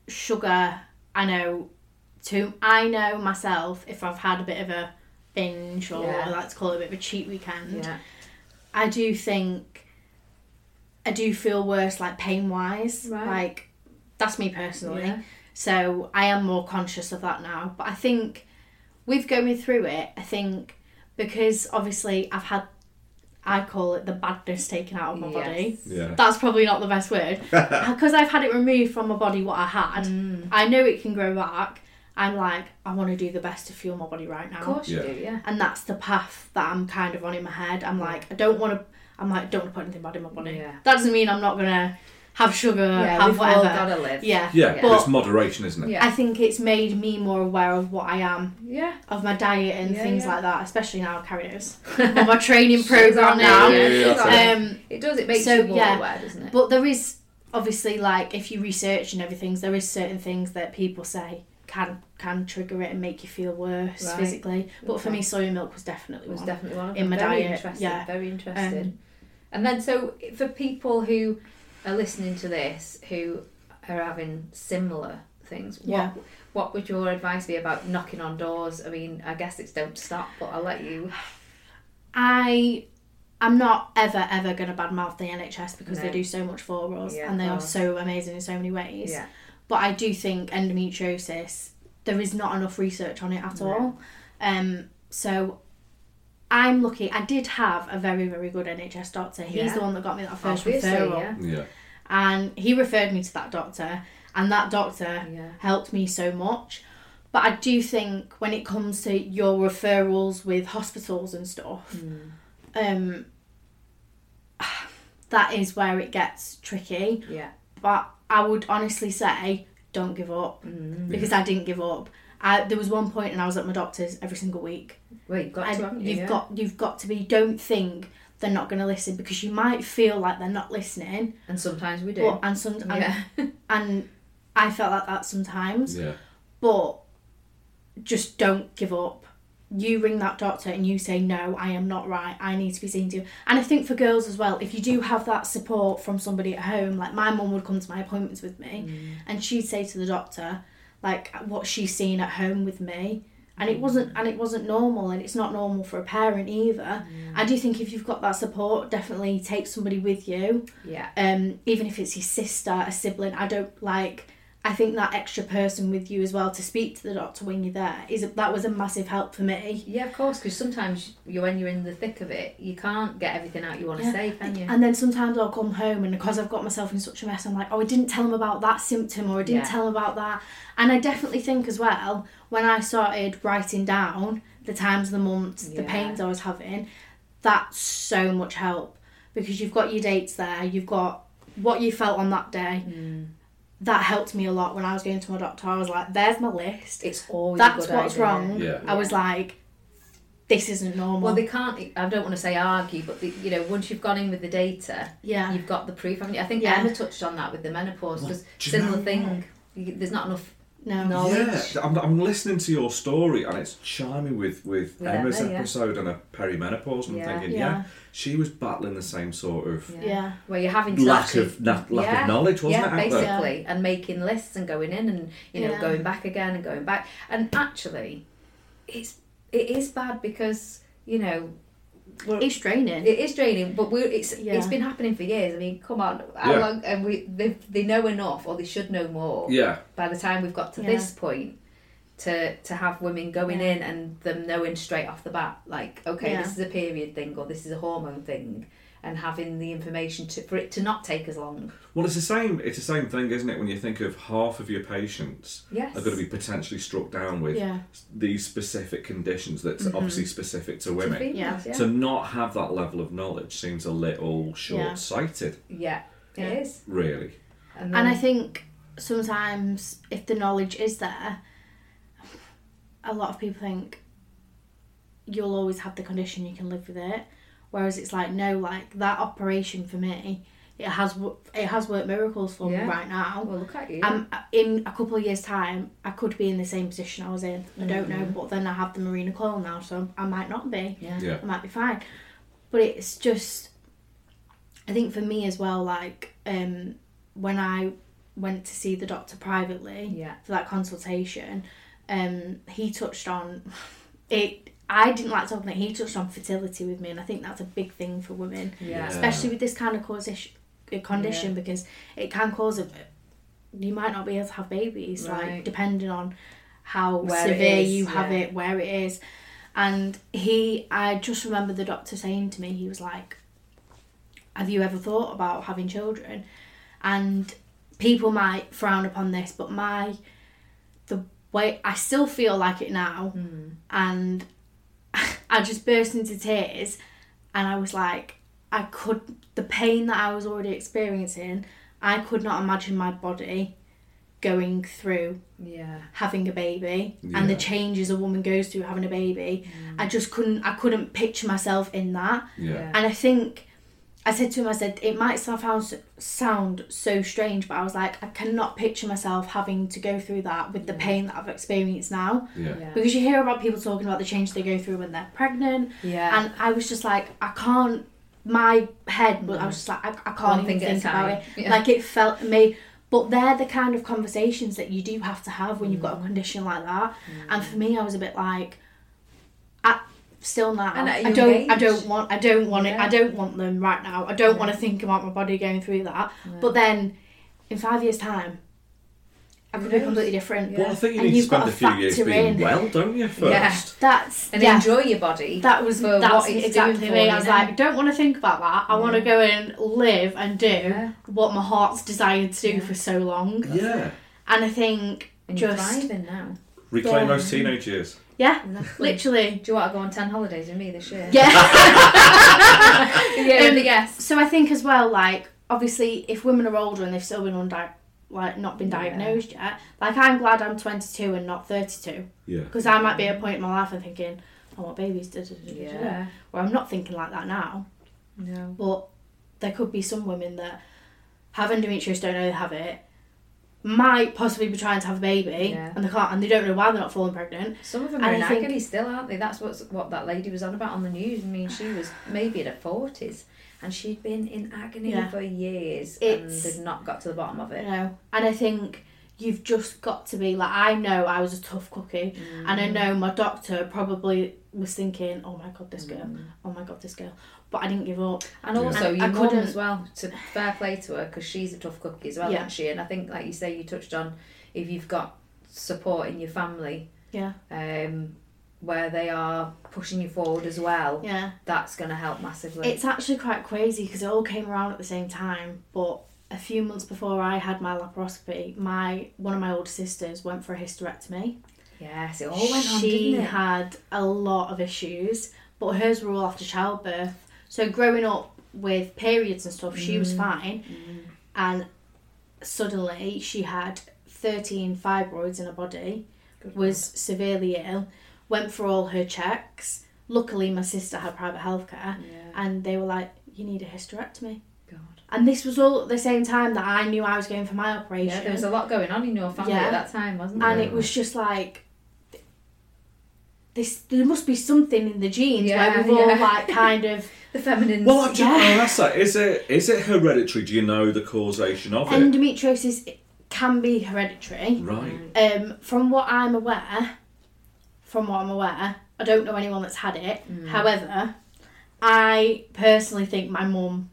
sugar, I know too I know myself if I've had a bit of a binge or Yeah. I like to call it a bit of a cheat weekend. Yeah. I do think I do feel worse like pain wise. Right. Like That's me personally. Yeah. So I am more conscious of that now. But I think with going through it, I think because obviously I've had, I call it the badness taken out of my body. Yes. Yeah. That's probably not the best word. Because I've had it removed from my body what I had. Mm. I know it can grow back. I'm like, I want to do the best to fuel my body right now Of course you Yeah. do, yeah. and that's the path that I'm kind of on in my head. I'm like, I don't want to. I'm like, don't want to put anything bad in my body. Yeah. That doesn't mean I'm not gonna have sugar, yeah, have we've all whatever. gotta live. Yeah. Yeah, Yeah. but it's But- moderation, isn't it? Yeah. I think it's made me more aware of what I am, Yeah. of my diet and Yeah, things yeah. like that, especially now (laughs) carriers, on my training program Exactly, now. Yeah, yeah, exactly. yeah. Um, it does, it makes so, you more yeah. aware, doesn't it? but there is obviously like if you research and everything, there is certain things that people say can can trigger it and make you feel worse Right. physically. But for Okay. me, soy milk was definitely It was one. definitely one of them. in my very diet, Interesting, yeah. Um, Very interesting. and then, so for people who are listening to this who are having similar things, what Yeah. what would your advice be about knocking on doors? I mean, I guess it's don't stop, but I'll let you. I I'm not ever ever going to badmouth the NHS because No. they do so much for us Yeah, and they of are course. so amazing in so many ways. Yeah. But I do think endometriosis there is not enough research on it at No. all. Um so I'm lucky. I did have a very very good NHS doctor. He's Yeah. the one that got me that first Obviously, referral yeah. Yeah. and he referred me to that doctor and that doctor Yeah. helped me so much. But I do think when it comes to your referrals with hospitals and stuff, Hmm. um, (sighs) that is where it gets tricky. Yeah. But I would honestly say, don't give up Hmm. because I didn't give up. I, there was one point, and I was at my doctor's every single week. Well, you've got And to, haven't you? you've yeah. got, you've got to be. Don't think they're not going to listen because you might feel like they're not listening. and sometimes we do. But and some, and, yeah. and I felt like that sometimes Yeah. but just don't give up. You ring that doctor and you say, No, I am not right. I need to be seen to. And I think for girls as well, if you do have that support from somebody at home, like my mum would come to my appointments with me and she'd say to the doctor, like what she's seen at home with me. And it wasn't and it wasn't normal and it's not normal for a parent either. I do think if you've got that support, definitely take somebody with you yeah. um, even if it's your sister, a sibling, I don't like. I think that extra person with you as well to speak to the doctor when you're there is that was a massive help for me. Yeah, of course, because sometimes you, when you're in the thick of it, you can't get everything out you want to Yeah. say, can you? And then sometimes I'll come home and because I've got myself in such a mess, I'm like, oh, I didn't tell him about that symptom or I didn't Yeah. tell him about that. And I definitely think as well when I started writing down the times of the months, the Yeah. pains I was having, that's so much help because you've got your dates there, you've got what you felt on that day. Mm. that helped me a lot when I was going to my doctor. I was like, there's my list. It's always a That's good what's idea. wrong. Yeah. I was like, this isn't normal. Well, they can't. I don't want to say argue, but the, you know, once you've gone in with the data, yeah. you've got the proof, haven't you? I think Yeah. Emma touched on that with the menopause Well, because do you similar know thing. You, there's not enough no. knowledge. Yeah, I'm, I'm listening to your story and it's charming with, with With Emma's Emma, yeah. episode and her perimenopause. And I'm Yeah. thinking, yeah. Yeah. she was battling the same sort of Yeah. Yeah. Where you're having to lack actually- of na- lack Yeah. of knowledge, wasn't yeah, it? Amber? Yeah. basically, and making lists and going in and you know Yeah. going back again and going back. And actually, it's it is bad because you know we're- It's draining. It is draining, but we're, it's Yeah. it's been happening for years. I mean, come on, how Yeah. long? And we they, they know enough, or they should know more. Yeah, By the time we've got to Yeah. this point, to to have women going Yeah. in and them knowing straight off the bat, like, okay, Yeah. this is a period thing, or this is a hormone thing, and having the information to for it to not take as long. Well, it's the same. It's the same thing, isn't it? When you think of half of your patients Yes. are going to be potentially struck down with Yeah. these specific conditions that's Mm-hmm. obviously specific to To women. females, yeah. To not have that level of knowledge seems a little short-sighted, yeah, Yeah. it is. really. then- And I think sometimes if the knowledge is there, a lot of people think you'll always have the condition, you can live with it. Whereas it's like, no, like that operation for me, it has wo- it has worked miracles for Yeah. me right now. well, look at you. um, in a couple of years' time, I could be in the same position I was in. I don't know, but then I have the marina coil now, so I might not be. yeah. Yeah. I might be fine. But it's just, I think for me as well, like um, when I went to see the doctor privately Yeah. for that consultation, um, he touched on (laughs) it. I didn't like talking. He touched on fertility with me, and I think that's a big thing for women Yeah. Yeah. uh, especially with this kind of causi- condition because it can cause a, you might not be able to have babies, like Right. depending on how Where it severe is, you have yeah. it, where it is. And he, I just remember the doctor saying to me, he was like, "Have you ever thought about having children?" And people might frown upon this, but my the way I still feel like it now, Hmm. and (laughs) I just burst into tears, and I was like, I could the pain that I was already experiencing, I could not imagine my body going through Yeah. having a baby and the Yeah. changes a woman goes through having a baby. I just couldn't I couldn't picture myself in that. Yeah. And I think I said to him, I said, it might sound, sound so strange, but I was like, I cannot picture myself having to go through that with the pain that I've experienced now. Yeah. Yeah. Because you hear about people talking about the change they go through when they're pregnant. Yeah. And I was just like, I can't, my head, was I was just like, I, I can't One even thing at a think about time. it. Yeah. Like it felt me. But they're the kind of conversations that you do have to have when you've got a Mm. condition like that. And for me, I was a bit like, I still now, And at a I young don't, I age. don't want, I don't want it, Yeah. I don't want them right now. I don't want to think about my body going through that. But then, in five years' time, I could be knows? completely different. Well, I think you And need to you've spend got a to few years factor being in. well, don't you? Yeah. First. That's And yeah. enjoy your body. That was for that's what it's exactly doing me. for I you was now. Mm. like, don't want to think about that. I want to go and live and do Yeah. what my heart's desired to do for so long. Yeah. And I think and you're just thriving (laughs) now. Reclaim Yeah. those teenage years. yeah, Exactly. literally Do you want to go on 10 holidays with me this year? (laughs) yeah. (laughs) yeah. Um, yes. so I think as well, like obviously, if women are older and they've still been undi- like not been Yeah. diagnosed yet, like I'm glad I'm 22 and not 32 Yeah. because I might be at a point in my life and thinking, I want babies. Da, da, da, da, da, da. Yeah. Where I'm not thinking like that now. No. but there could be some women that have endometriosis, don't know they have it, might possibly be trying to have a baby Yeah. and they can't, and they don't know why they're not falling pregnant. Some of them And are in I think- agony still, aren't they? That's what's, what that lady was on about on the news. I mean, she was maybe in her 40s and she'd been in agony Yeah. for years It's- and had not got to the bottom of You it. know, and I think you've just got to be like, I know I was a tough cookie, and I know my doctor probably was thinking, oh my god, this Mm. girl, oh my god, this girl, but I didn't give up. And also, And your I mum couldn't- as well. To fair play to her, because she's a tough cookie as well, Yeah. isn't she? And I think, like you say, you touched on if you've got support in your family, Yeah, um, where they are pushing you forward as well, yeah. that's going to help massively. It's actually quite crazy because it all came around at the same time, but a few months before I had my laparoscopy, my one of my older sisters went for a hysterectomy. yes, it all went on, she didn't it? had a lot of issues, but hers were all after childbirth. So growing up with periods and stuff, she Mm. was fine, and suddenly she had thirteen fibroids in her body, was severely ill, went for all her checks. Luckily, my sister had private healthcare, Yeah. and they were like, "You need a hysterectomy." God. And this was all at the same time that I knew I was going for my operation. Yeah, there was a lot going on in your family Yeah. at that time, wasn't there? and it was just like this there must be something in the genes Yeah, where we've all yeah. like (laughs) kind of The feminine. Well, I've just Yeah. I'll ask that. Is it is it hereditary? Do you know the causation of it? endometriosis can be hereditary Right. Mm. um from what i'm aware from what i'm aware i don't know anyone that's had it Mm. however i personally think my mum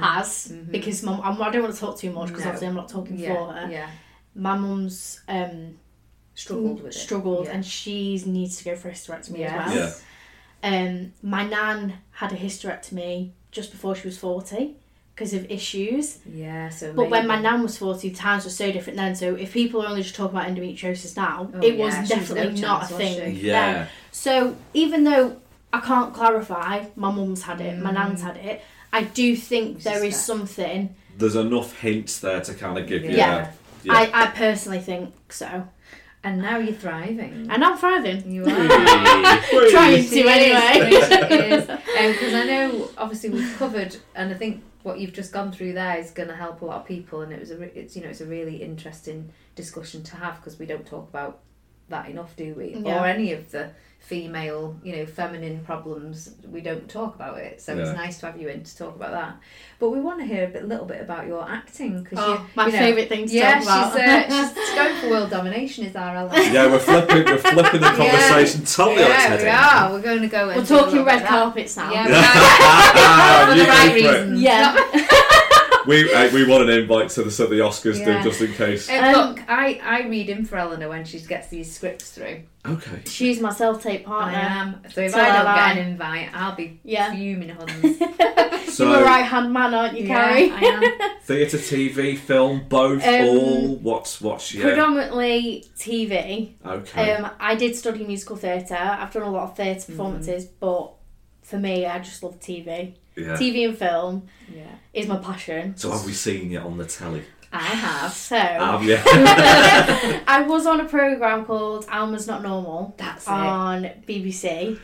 has because mum I'm- i don't want to talk too much Mm. Mm-hmm. because No. obviously i'm not talking yeah, for her yeah. my mum's um Struggled with it. struggled yeah. and she needs to go for a hysterectomy as well Yes. Yeah. Um, my nan had a hysterectomy just before she was 40 because of issues. Yeah, so. But when maybe- my nan was 40, the times were so different then. So if people are only just talking about endometriosis now, Oh, it yeah, was she was definitely no not chance, a was thing. she? then. Yeah. So even though I can't clarify, my mum's had it, my Mm. nan's had it, I do think there is Suspect. something. There's enough hints there to kind of give you. Yeah. that. Yeah. I, I personally think so. And now you're thriving. And I'm thriving. (laughs) You are. Whee! Trying to anyway. Because Um, I know, obviously, we've covered, and I think what you've just gone through there is going to help a lot of people. And it was a, re- it's you know, it's a really interesting discussion to have because we don't talk about that enough, do we? Yeah. Or any of the female, you know, feminine problems. We don't talk about it, so it's No. nice to have you in to talk about that. But we want to hear a bit, little bit about your acting because Oh, you, my you know, favourite thing to Yeah, talk about. she's, (laughs) uh, she's going for world domination. Is our ally? Yeah, we're flipping, we're flipping the conversation totally on its Yeah, head. (laughs) we are. (laughs) We're going to go. We're and do a talking lot red of that. carpets now. Yeah, we are. Ah, for you the go right for it. reasons. (laughs) Yeah. Not- we uh, we want an invite to the so the Oscars do Yeah. just in case. Um, Um, look, I, I read in for Eleanor when she gets these scripts through. (laughs) Okay. She's my self tape I partner. am. So if Till I don't I get lie. an invite, I'll be Yeah. (laughs) fuming huns. You're a So right hand man, aren't you, Yeah, Carrie? I (laughs) am. theatre, TV, film, both, Um, all. What's what's (laughs) yeah? Predominantly TV. Okay. Um, I did study musical theatre. I've done a lot of theatre performances, but for me, I just love TV. yeah. TV and film Yeah. is my passion. so Ah. have we seen you on the telly? I (laughs) have. So Have you? (laughs) I was on a program called Alma's Not Normal That's it. on BBC.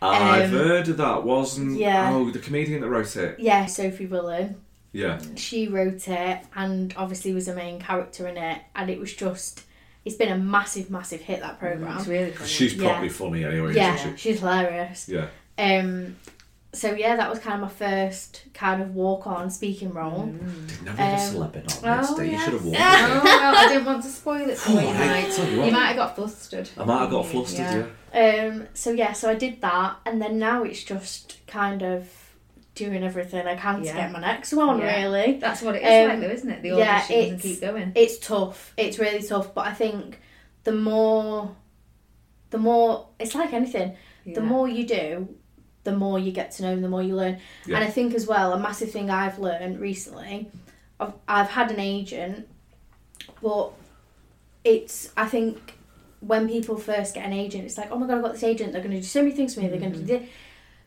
I've Um, heard of that, wasn't? yeah. Oh, the comedian that wrote it. Yeah, Sophie Willen. Yeah. She wrote it and obviously was a main character in it, and it was just. It's been a massive, massive hit that program. It's really good. Mm-hmm. She's Yeah. probably funny anyway, Yeah, isn't she? she's hilarious. Yeah. Um, so yeah, that was kind of my first kind of walk-on speaking role. Did never have a Um, celeb in on this oh, day. You yes. should (laughs) have walked. in. oh, well, I didn't want to spoil it for you. Oh, You I- might, tell you you what, might have got flustered. (laughs) I might have got flustered. Yeah. Yeah. Mm-hmm. Um, so yeah, so I did that, and then now it's just kind of doing everything I can Yeah. to get my next one. Yeah. Really, That's what it is Um, like, though, isn't it? The yeah, auditions and it's- keep going. it's tough. It's really tough. But I think the more, the more it's like anything. Yeah. The more you do, the more you get to know, and the more you learn. Yeah. And I think as well, a massive thing I've learned recently, I've, I've had an agent, but it's I think when people first get an agent, it's like, oh my god, I've got this agent. They're going to do so many things for me. They're going to do.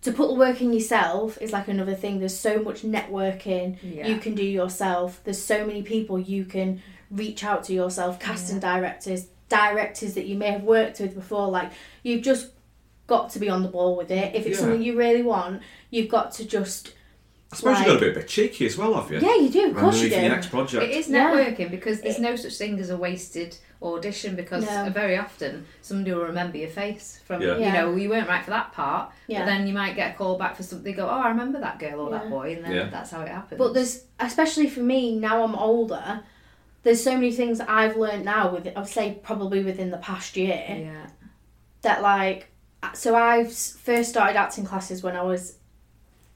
To put the work in yourself is like another thing. There's so much networking Yeah. you can do yourself. There's so many people you can reach out to yourself. Casting directors, directors that you may have worked with before. Like you've just got to be on the ball with it. If it's Yeah. something you really want, you've got to just I suppose Like- you've got to be a bit cheeky as well, have you? yeah, you do. Of Randomly course you for your do. next project. It is Yeah. networking because there's no such thing as a wasted audition because No. very often somebody will remember your face from Yeah. you Yeah. know you weren't right for that part, Yeah. but then you might get a call back for something. Go, oh, I remember that girl or that Yeah. boy, and then Yeah. that's how it happens. But there's especially for me now I'm older. There's so many things that I've learned now with I'd say probably within the past year yeah, that like so I s- first started acting classes when I was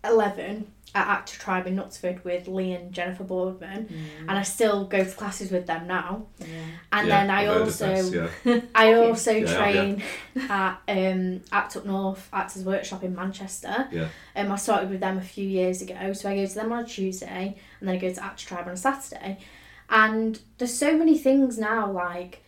eleven at Actor Tribe in Knutsford with Lee and Jennifer Boardman, and I still go to classes with them now. yeah. And Yeah, then I I've heard of also this, yeah. I also Yeah, yeah. train at um, Act Up North Actors Workshop in Manchester. Yeah. Um, I started with them a few years ago, so I go to them on a Tuesday, and then I go to Actor Tribe on a Saturday. And there's so many things now. Like,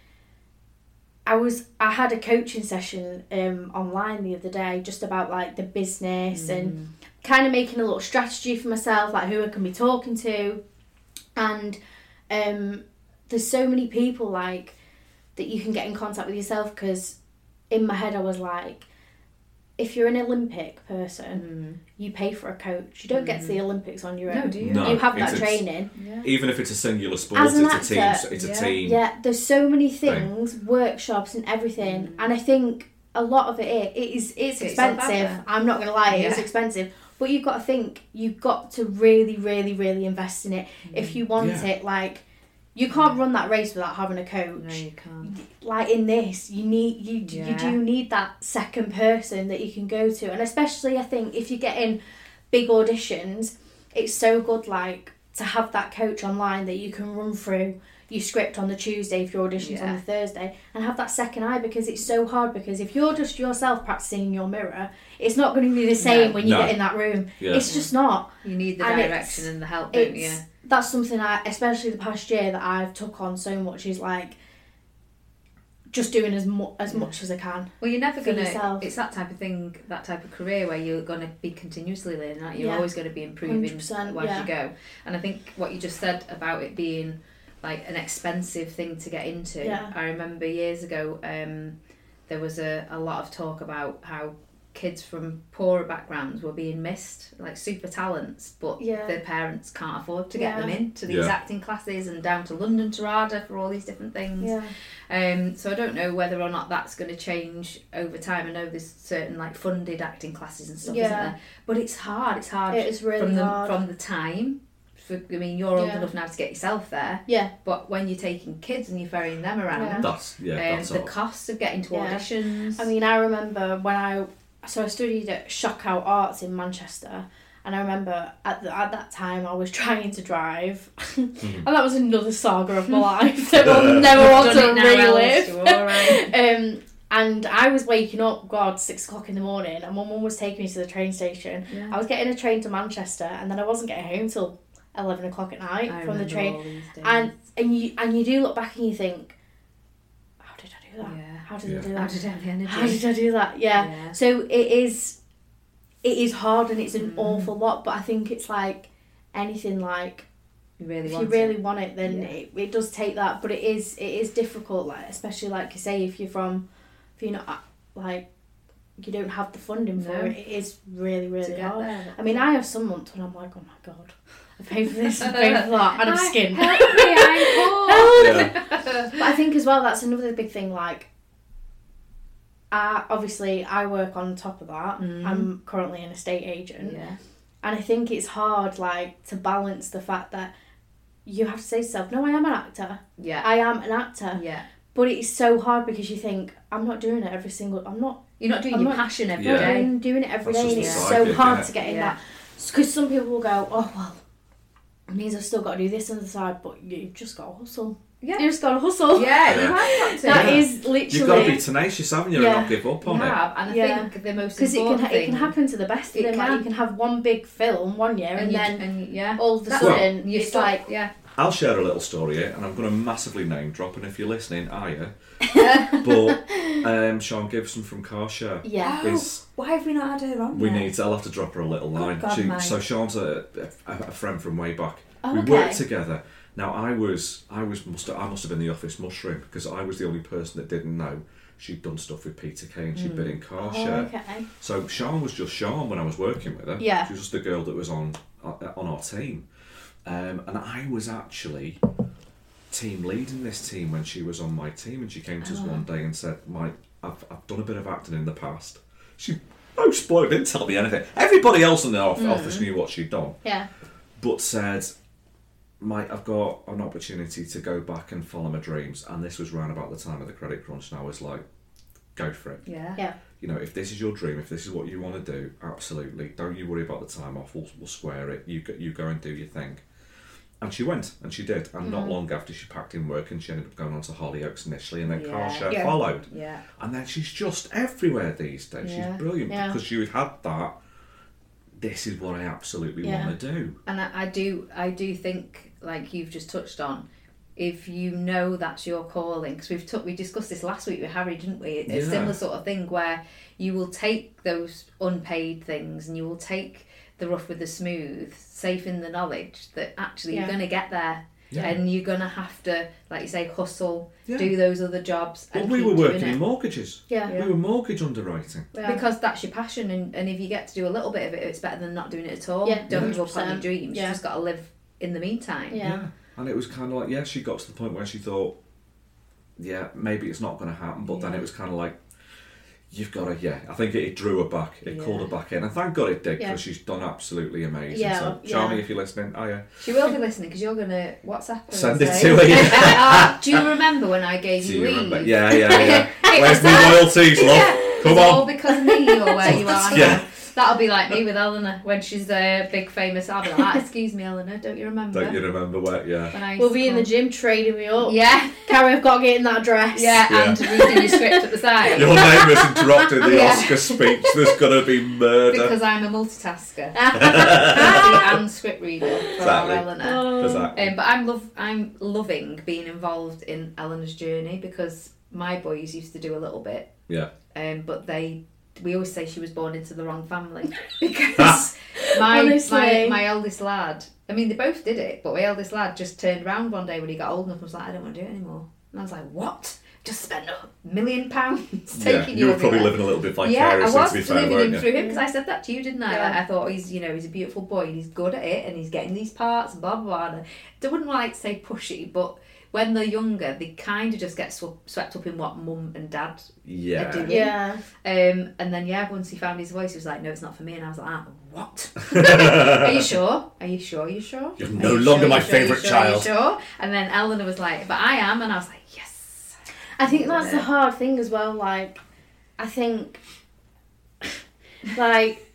I was I had a coaching session um, online the other day just about like the business and kind of making a little strategy for myself, like who I can be talking to, and um, there's so many people like that you can get in contact with yourself because in my head I was like, if you're an Olympic person, you pay for a coach. You don't get to the Olympics on your own. No, do you? No. You have that it's- training. Even if it's a singular sport, As an it's a team. actor, It's a yeah. team. Yeah, there's so many things, workshops and Mm. everything, and I think a lot of it i- it is it's Get yourself out expensive. there. I'm not gonna lie, it's Yeah. expensive. But you've got to think you've got to really, really, really invest in it Mm. if you want Yeah. it. Like you can't run that race without having a coach No, you can't. like in this you need you d you Yeah. do need that second person that you can go to and especially i think if you're getting big auditions it's so good like to have that coach online that you can run through your script on the tuesday if your audition's on Yeah. the thursday and have that second eye because it's so hard because if you're just yourself practicing in your mirror it's not going to be the same when you No. get in that room Yeah. it's just not You need the And it's- direction and the help, don't it's you? that's something I especially the past year that I've took on so much is like just doing as mu- as much as I can. Well, you're never for gonna. yourself. It's that type of thing, that type of career where you're gonna be continuously learning. Aren't you? You're Yeah. always gonna be improving 100%, as yeah. you go. And I think what you just said about it being like an expensive thing to get into. Yeah. I remember years ago, um, there was a, a lot of talk about how kids from poorer backgrounds were being missed, like super talents, but Yeah. their parents can't afford to get Yeah. them in to these Yeah. acting classes and down to London to RADA for all these different things. Um, so I don't know whether or not that's going to change over time. I know there's certain like funded acting classes and stuff, isn't Yeah. there? But it's hard. It's hard It is really from the hard. from the time. For, I mean, you're old Yeah. enough now to get yourself there, yeah, but when you're taking kids and you're ferrying them around, That's yeah. um, that's the all. cost of getting to Yeah. (laughs) auditions. I mean, I remember when I so I studied at Shockout Arts in Manchester, And I remember at, the, at that time I was (laughs) trying to drive, (laughs) Hmm. (laughs) and that was another saga of my life that will never want to relive. (laughs) Um, and I was waking up, God, six o'clock in the morning, and my mum was taking me to the train station. Yeah. I was getting a train to Manchester, and then I wasn't getting home till eleven o'clock at night I from the remember train. all these days. And and you and you do look back and you think, how did I do that? yeah, How did Yeah. I do how that? did I have the energy? How did uh, I do that? Yeah. Yeah. So it is, it is hard and it's an Mm. awful lot. But I think it's like anything. Like You really if you want really it. want it, then Yeah. it, it does take that. But it is it is difficult. Like especially like you say, if you're from, if you're not uh, like, you don't have the funding for No. it. It is really to really get hard. there. I mean, I have some months when I'm like, oh my god, (laughs) I paid for this, (laughs) I paid for that, and I'm Hi, skinned. Help me, I'm Yeah. poor. (laughs) But I think as well that's another big thing. Like, I obviously I work on top of that. Mm. I'm currently an estate agent, yeah. and I think it's hard like to balance the fact that you have to say to yourself, "No, I am an actor. Yeah. I am an actor." yeah. But it's so hard because you think I'm not doing it every single. I'm not. You're not doing I'm your not- passion every Yeah. day. I'm doing it every That's day, and just it's a so sidekick, hard innit? to get in Yeah. that. Because some people will go, "Oh well." It means I've still got to do this on the side, but you've just got to hustle. Yeah. Oh. You've just got to hustle. Yeah, you have got to. (laughs) That Yeah. is literally. You've got to be tenacious, haven't you, Yeah. and not give up you on it. have, and I Yeah. think the most because it can important it thing can happen to the best of It them. Like can. you can have one big film one year, and, and, you- then and you- yeah, all of a That's- sudden you it's stop- like yeah, I'll share a little story here, and I'm going to massively name drop. And if you're listening, are you? (laughs) but um, Sean Gibson from Carshare yeah, is why have we not had her on? We need. I'll have to drop her a Oh, little line. God, she, mate. so Sean's a, a, a friend from way back. Oh, we okay. worked together. Now I was I was must have, I must have been the office mushroom because I was the only person that didn't know she'd done stuff with Peter Kay and she had been in car Oh, share. okay, So Sean was just Sean when I was working with her. Yeah. she was just the girl that was on uh, on our team, um, and I was actually team leading this team when she was on my team, and she came to us one day and said, "Mike, I've, I've done a bit of acting in the past." She most bloke didn't tell me anything. Everybody else in the off- office knew what she'd done, yeah, but said. Mike, I've got an opportunity to go back and follow my dreams, and this was round about the time of the credit crunch, and I was like, "Go for it!" Yeah, yeah, you know, if this is your dream, if this is what you want to do, absolutely, don't you worry about the time off. We'll, we'll square it. You go, you go and do your thing. And she went, and she did. And Mm-hmm. not long after, she packed in work, and she ended up going on to Hollyoaks initially, and then Yeah. Carshare Yeah. followed. yeah, And then she's just everywhere these days. Yeah. She's brilliant Yeah. because you had that. This is what I absolutely Yeah. want to do. and I, I do, I do think like you've just touched on. If you know that's your calling, because we've took we discussed this last week with Harry, didn't we? It's Yeah. a similar sort of thing where you will take those unpaid things and you will take the rough with the smooth, safe in the knowledge that actually Yeah. you're going to get there, Yeah. and you're going to have to, like you say, hustle, Yeah. do those other jobs. But and we keep were doing working it. in mortgages. yeah, yeah. We were mortgage underwriting. because that's your passion and, and if you get to do a little bit of it it's better than not doing it at all Yeah, don't give up on your 100%. dreams Yeah. you just got to live in the meantime Yeah. And it was kind of like, yeah, she got to the point where she thought, yeah, maybe it's not going to happen. But then Yeah. it was kind of like, you've got to, yeah. I think it, it drew her back. It called her Yeah. back in. And thank God it did Yeah. because she's done absolutely amazing. Yeah, so, yeah. Charlie, if you're listening, oh yeah. she will be listening because you're going to whatsapp her Send and it say, to (laughs) her. "Ah, do you remember when I gave Do you you leave (laughs) remember? Yeah, yeah, yeah. It Where's was my that- royalties, love? Yeah, Come it's all on. because of me you're where (laughs) you are now. Yeah. that'll be like me with Eleanor when she's a uh, big famous I'll be like, "Ah, excuse me Eleanor don't you remember Don't you remember where? Yeah. (laughs) when I used We'll to be in the come?" gym trading me up. yeah Carrie, I've got to get in that dress. yeah, Yeah. and reading your script at (laughs) the side Your name was dropped in the Yeah. Oscar speech. There's going to be murder. because I'm (laughs) a multitasker Fancy and script reader for Exactly. our Eleanor Does Oh, that- Um, but I'm love I'm loving being involved in Eleanor's journey because my boys used to do a little bit. Yeah. Um, but they we always say she was born into the (laughs) wrong family because my, my Honestly. my eldest lad. I mean, they both did it, but my eldest lad just turned round one day when he got old enough and was like, "I don't want to do it anymore." And I was like, "What? Just spent a million pounds yeah, taking you were probably everywhere." living a little bit Yeah, I vicariously, was to be fair, living weren't him you? through him because I said that to you, didn't I? Yeah. Like, I thought he's, you know, he's a beautiful boy and he's good at it and he's getting these parts and blah blah blah. And I wouldn't like to say pushy, but when they're younger, they kind of just get sw- swept up in what mum and dad. Yeah. do. yeah. Um, and then yeah, once he found his voice, he was like, "No, it's not for me," and I was like, ah, (laughs) "What? Are you sure? Are you sure? Are you sure? You're Are no you longer sure? my You sure? You favourite sure? Are you child." sure?" And then Eleanor was like, "But I am," and I was like, "Yes." I think that's the Yeah. hard thing as well. Like, I think, like,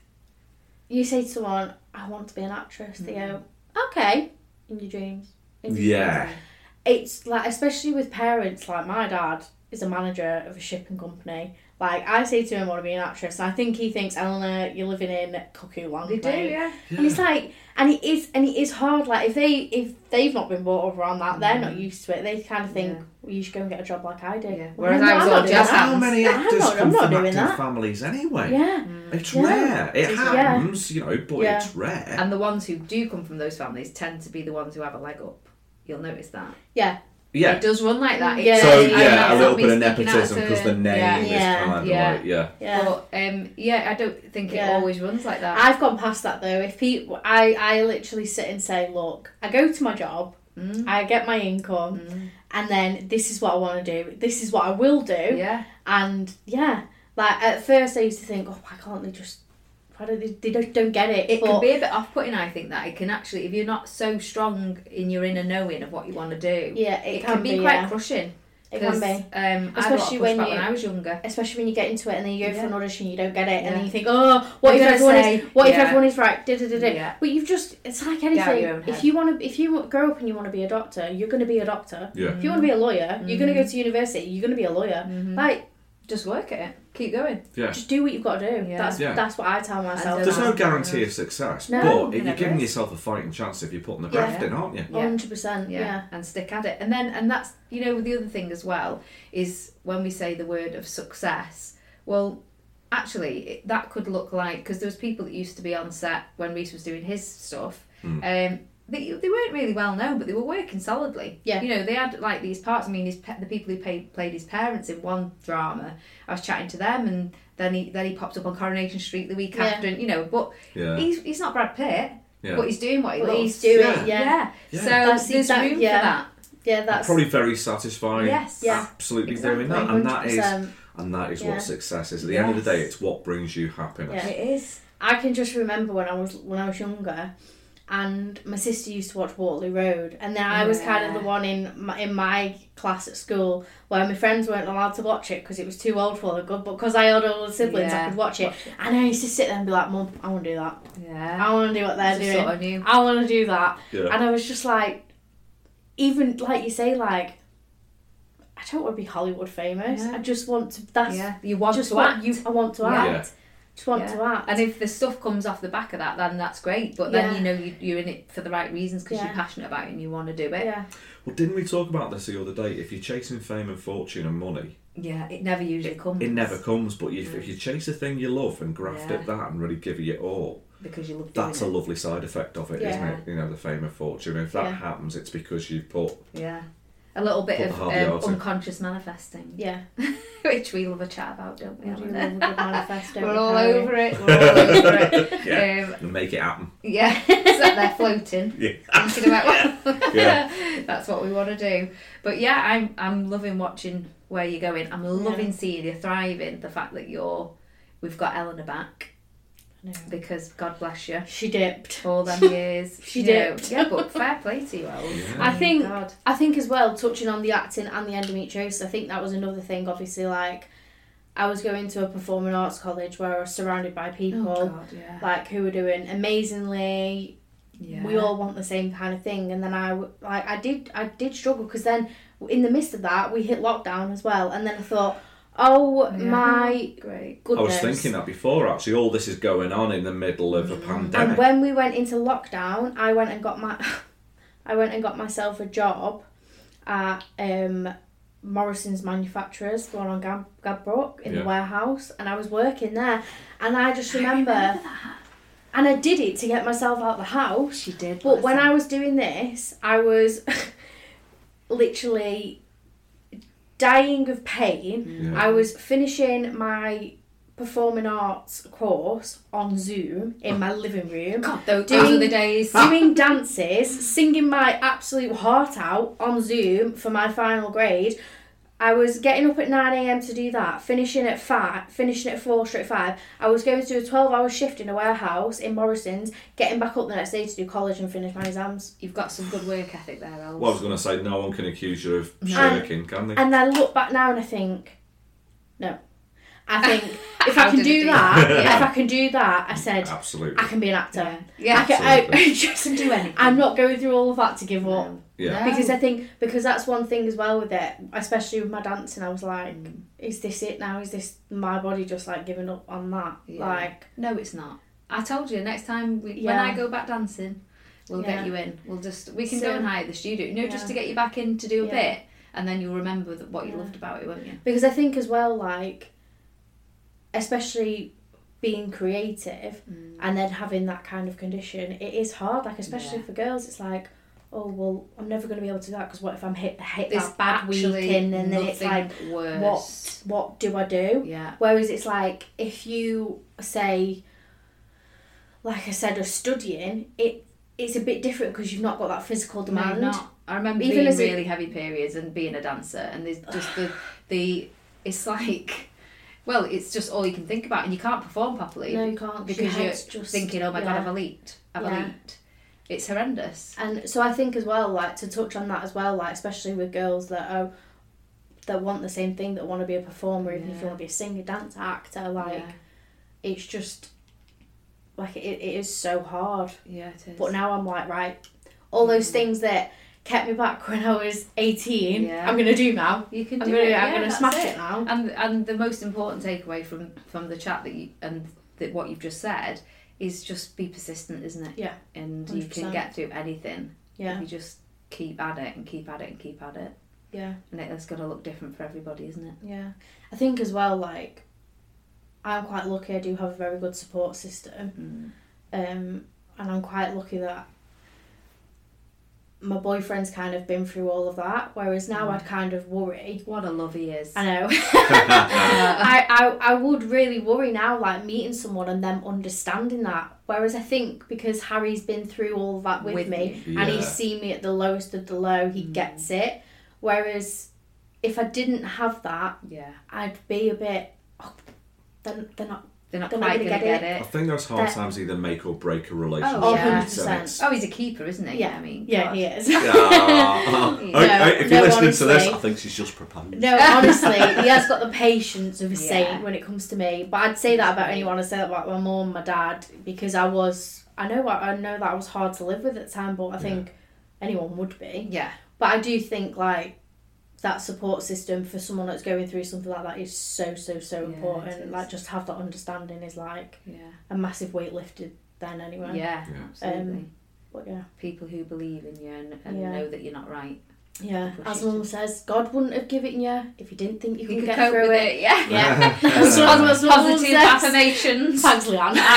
you say to someone, "I want to be an actress," they go, Mm. "Okay," in your dreams. In your Yeah. dreams. It's like, especially with parents. Like my dad is a manager of a shipping company. Like I say to him, "I want to be an actress," and I think he thinks, "Eleanor, you're living in cuckoo land." They do, mate." yeah. And it's like, and it is, and it is hard. Like if they if they've not been brought over on that, they're not used to it. They kind of think Mm. Yeah. well, you should go and get a job like I do. Yeah. Well, Whereas no, I was I'm all not doing jazz that. How many I'm actors not- I'm come not from doing active that. families anyway? Yeah, Mm. It's Yeah. rare. It Yeah. happens, you know, but Yeah. Um, it's rare. And the ones who do come from those families tend to be the ones who have a leg up. You'll notice that. yeah, yeah. It does run like that. It Yeah. So does, like, yeah, a it's little not me bit of sticking out nepotism because the turn. name Yeah. is Yeah. kind of Yeah. like yeah. yeah. But um, yeah, I don't think Yeah. it always runs like that. I've gone past that though. If people, I, I literally sit and say, look, I go to my job, Mm. I get my income, and then this is what I want to do. This is what I will do. yeah, And yeah, like at first I used to think, oh, why can't they just? Why don't they? They don't, don't get it. it but can be a bit off-putting. I think that it can actually, if you're not so strong in your inner knowing of what you want to do, yeah, it, it, can, be, quite yeah. crushing. It can 'cause, be. um, Especially especially when when, you- when I was younger. Especially when you get into it and then you go for Yeah. an audition, you don't get it, and then Yeah. you think, oh, what They're if gonna everyone is say- what if yeah. everyone is right? Da, da, da, da. Yeah. But you've just it's like out your anything. own If head. you want to, if you grow up and you want to be a doctor, you're going to be a doctor. Yeah. If you want to be a lawyer, you're going to Mm-hmm. go to university. You're going to be a lawyer. Like, Just work at it. Keep going. just do what you've got to do. Yeah. That's Yeah. that's what I tell myself. And There's no Yeah. guarantee of success, No, but if you're never giving is. yourself a fighting chance if you're putting the Yeah. graft in, aren't you? Yeah. Hundred percent. yeah, Yeah. and stick at it and then and that's you know the other thing as well is when we say the word of success well actually it, that could look like because there was people that used to be on set when reese was doing his stuff Hmm. um they, they weren't really well known, but they were working solidly. Yeah. you know they had like these parts. I mean, his pe- the people who paid, played his parents in one drama. I was chatting to them, and then he then he popped up on Coronation Street the week Yeah. after, and you know, but Yeah. he's he's not Brad Pitt, Yeah. but he's doing what he What loves. he's doing. Yeah. Yeah. Yeah. Yeah. So That's there's exact- room yeah. for that. that's Probably very satisfying. Yes. Yeah. Absolutely doing that. Exactly. And that is 100%. and that is Yeah. what success is. At the end of the Yes. day, it's what brings you happiness. Yeah. It is. I can just remember when I was when I was younger, and my sister used to watch Waterloo Road, and then I was kind of Yeah. the one in my, in my class at school where my friends weren't allowed to watch it because it was too old for them. But because I had all the siblings, I Yeah. could watch it. Watch it. And I used to sit there and be like, "Mum, I want to do that. Yeah. I want to do what they're Just doing. sort of new. I want to do that." Yeah. And I was just like, even like you say, like. I don't want to be Hollywood famous. Yeah. I just want to. That's yeah. You want just to what act. you. I want to Yeah. act. Just want Yeah. to act. and if the stuff comes off the back of that, then that's great. But Yeah. then you know you, you're in it for the right reasons because Yeah. you're passionate about it and you want to do it. yeah. Well, didn't we talk about this the other day? If you're chasing fame and fortune and money, Yeah, It never usually comes. it never comes. But if, if you chase a thing you love and graft Yeah. at that and really give it your all, because you love doing that's a it. lovely side effect of it, Yeah. not it? You know, the fame and fortune. If that Yeah. happens, it's because you've put yeah. A little bit Put of the hard yards in. um, unconscious manifesting, (laughs) Yeah. which we love a chat about, don't we? We do Eleanor? love a (laughs) good manifesto. We're with all Harry. over it. (laughs) We're all over (laughs) it. Yeah. Um, and make it (laughs) happen. yeah. (laughs) Sat there floating. Yeah. thinking about Yeah. that's what we want to do. But yeah, I'm I'm loving watching where you're going. I'm loving seeing you thriving. The fact that you're, we've got Eleanor back No. because God bless you. She dipped. All (laughs) them years, She you know. did. Yeah, but fair play (laughs) to you, Elle. Yeah. I mean, think- Oh God. I think as well, touching on the acting and the endometriosis, I think that was another thing. Obviously, like I was going to a performing arts college where I was surrounded by people Oh God, yeah. like who were doing amazingly, yeah. we all want the same kind of thing and then i w- like i did i did struggle because then in the midst of that we hit lockdown as well and then i thought oh Yeah. my great. I was goodness thinking that before actually. All this is going on in the middle of a Mm. and pandemic. when we went into lockdown i went and got my (laughs) i went and got myself a job at um Morrison's Manufacturers, the one on Gab- Gabbrook, in the Yeah. warehouse, and I was working there, and I just remember, and I did it to get myself out of the house, She did. But when I was doing this, I was (laughs) literally dying of pain. Yeah. I was finishing my performing arts course on Zoom in my living (laughs) room, God, those, doing- those were the days. doing dances, singing my absolute heart out on Zoom for my final grade. I was getting up at 9 a.m. to do that, finishing at five, finishing at four straight five. I was going to do a 12-hour shift in a warehouse in Morrison's, getting back up the next day to do college and finish my exams. You've got some good work ethic there, Elle. Well, I was going to say, no one can accuse you of shirking, can they? (laughs) And I look back now and I think, no. I think if I How can did it do do that, that? (laughs) Yeah. if I can do that, I said Absolutely. I can be an actor. Yeah. I can, I, Absolutely. (laughs) just do anything. I'm not going through all of that to give up. Yeah. No. Because I think because that's one thing as well with it, especially with my dancing. I was like, Mm. is this it now? Is this my body just like giving up on that? Yeah. Like, No, it's not. I told you next time we, when Yeah. I go back dancing, we'll Yeah. get you in. We'll just we can So- go and hire the studio, you know, just Yeah. to get you back in to do a Yeah. bit, and then you'll remember that what you Yeah. loved about it, won't you? because I think as well, like, especially being creative Mm. and then having that kind of condition, it is hard. Like, especially Yeah. for girls, it's like, oh well, I'm never going to be able to do that because what if I'm hit hit There's that bad actually weekend and then it's nothing like, worse. what what do I do? Yeah. Whereas it's like if you say, like I said, are studying, it it's a bit different because you've not got that physical No, demand. not. I remember Even being as a- really heavy periods and being a dancer, and there's just (sighs) the the it's like, well, it's just all you can think about, and you can't perform properly No, you can't because you're thinking, oh my god, yeah. I've elite, I've Yeah. elite. It's horrendous. And so I think as well, like to touch on that as well, like especially with girls that are that want the same thing, that want to be a performer, even if Yeah. you want to be a singer, dancer, actor, like yeah, it's just like it, it is so hard. yeah, it is. Mm. But now I'm like, right, all those things that kept me back when I was 18, Yeah. I'm gonna do now. you can I'm do gonna, it. I'm yeah, gonna that's smash it. it, now. And and the most important takeaway from from the chat that you and that what you've just said is just be persistent, isn't it? Yeah. And you can 100%. get through anything. if Yeah, You just keep at it and keep at it and keep at it, yeah, and it, that's gonna look different for everybody, isn't it? yeah. I think as well, like, I'm quite lucky. I do have a very good support system, Mm. um, and I'm quite lucky that my boyfriend's kind of been through all of that. Whereas now I'd kind of worry. What a love he is. I (laughs) know. Yeah. I, I I would really worry now, like meeting someone and them understanding that. Whereas I think because Harry's been through all of that with, With me Mm. you. and he's Yeah. seen me at the lowest of the low, he gets it. Whereas if I didn't have that, (laughs) yeah. I'd be a bit. Oh, they're, they're not. They're not They're not quite gonna gonna get get, it. it. I think those hard That- times either make or break a relationship. Oh, and yeah. it's- and (laughs) it's- Oh, he's a keeper, isn't he? Yeah. I mean, Yeah, God. he is. (laughs) Ah. No, Oh, oh, if you're no, listening to this, honestly. I think she's just proposed. (laughs) No, honestly, he has got the patience of a Yeah. saint when it comes to me. But I'd say that about anyone. I say that about my mum, my dad, because I was. I know. I I know that I was hard to live with at the time, but I think anyone would be. Yeah. But I do think like that support system for someone that's going through something like that is so so so Yeah, it important. is. Like just have that understanding is like Yeah. a massive weight lifted. Then Yeah. anyway. Yeah. Absolutely. But yeah. People who believe in you and, and Um, Yeah. know that you're not right. Yeah. Push As it. mum says, God wouldn't have given you if you didn't think you could, You could get cope through with it. it. (laughs) Yeah. (laughs) Yeah. (laughs) As Pos- mum- as mum Um, Positive says. affirmations. Thanks, Leanne. Ah,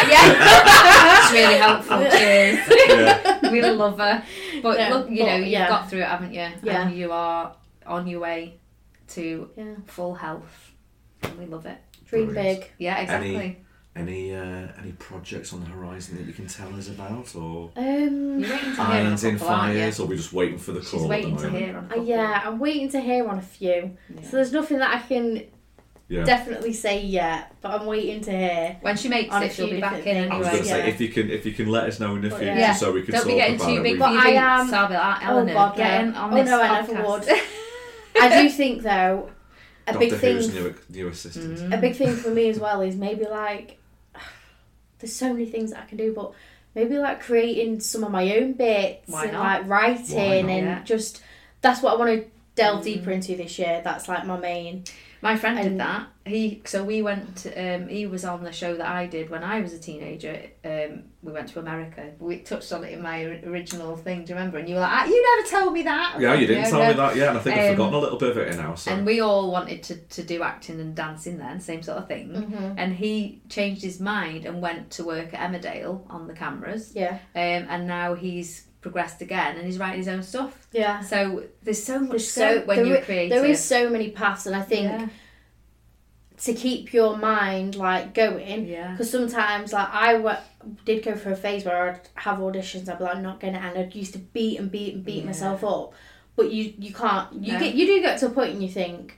yeah, (laughs) it's really (laughs) helpful. Cheers. Yeah. We love her. But No, look, you but, know, you've yeah. got through it, haven't you? Yeah. And you are on your way to Yeah. full health. And we love it. Dream Brilliant. big. Yeah, exactly. Any uh, any projects on the horizon that you can tell us about, or Um, You're waiting to hear on a irons in couple, aren't you? fires, or we're just waiting for the call She's at the waiting to moment? hear on a uh, couple. yeah, I'm waiting to hear on a few. Yeah. So there's nothing that I can Yeah. definitely say yet, but I'm waiting (laughs) to hear. When she makes On a it, she'll few be back in different things. I was anyway. going to Yeah. say if you can if you can let us know in the But, future yeah. so we can Don't talk be getting about too it. big We- for But your I boots, am- Oh, Sarah, like Eleanor. God, Get no. in on Oh, this no, I never podcast. (laughs) would. I do think though, a Doctor big Who's thing, new, new assistant. Mm-hmm. a big thing for me as well is maybe like, (sighs) there's so many things that I can do, but maybe like creating some of my own bits Why and not? like writing not? and Yeah. just that's what I want to Mm. delve deeper into this year. That's like my main. My friend And- did that. He so we went. To, um, he was on the show that I did when I was a teenager. Um, we went to America. We touched on it in my or- original thing. Do you remember? And you were like, ah, "You never told me that." Yeah, you didn't No, tell no. me that yet, and I think I've Um, forgotten a little bit of it now. So And we all wanted to, to do acting and dancing then, same sort of Mm-hmm. thing. And he changed his mind and went to work at Emmerdale on the cameras. Yeah. Um, and now he's progressed again and he's writing his own stuff. Yeah. So there's so much There's scope so when there you're i- creative. There is so many paths, and I think Yeah. to keep your mind like going. Yeah. Because sometimes, like I wa- did go through a phase where I'd have auditions. I'd be like, not gonna, and I'd used to beat and beat and beat Yeah. myself up. But you, you can't. You No. get, you do get to a point, and you think,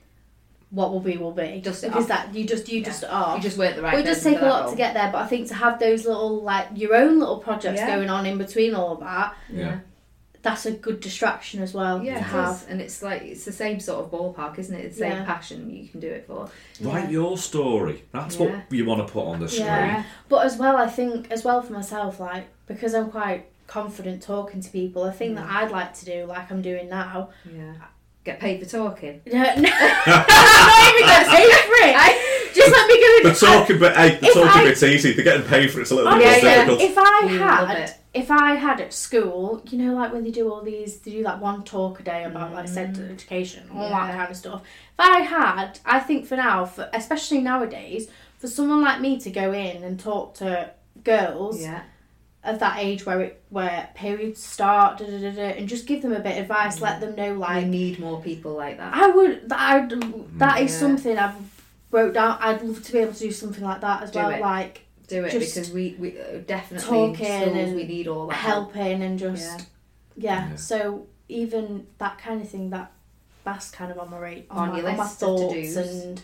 what will be, will be. Just because off. that you just, you Yeah. just are. You just weren't the right. Well, it does person take for a that lot role. to get there, but I think to have those little like your own little projects Yeah. going on in between all of that, yeah. that's a good distraction as well Yeah, to it is. have. and it's like it's the same sort of ballpark, isn't it? It's the same Yeah. passion you can do it for. Write your story. That's Yeah. what you want to put on the screen. Yeah, but as well, I think as well for myself, like because I'm quite confident talking to people, a thing Mm. that I'd like to do, like I'm doing now. (laughs) Yeah, get paid for talking. No, (laughs) no, I'm not even gonna say free. (laughs) Just let me go. The and- I- talking bit, hey, the If talking I- bit's easy. They're getting paid for it. It's a little bit Honestly, more Oh, Yeah, yeah. difficult. if I You love had, it. if I had at school, you know, like when they do all these, they do like one talk a day about like sex education, all that Mm. Yeah. kind of stuff. If I had, I think for now, for, especially nowadays, for someone like me to go in and talk to girls Yeah, of that age where it where periods start, da, da, da, da, and just give them a bit of advice, Mm. let them know I like need more people like that. I would that I'd, that is Yeah. something I've wrote down. I'd love to be able to do something like that as Do well, it. like Do it Just because we we uh, definitely in talking schools, and we need all that help. helping and just yeah. Yeah. So even that kind of thing that that's kind of on my rate On on, my, your on my list of thoughts to-dos. and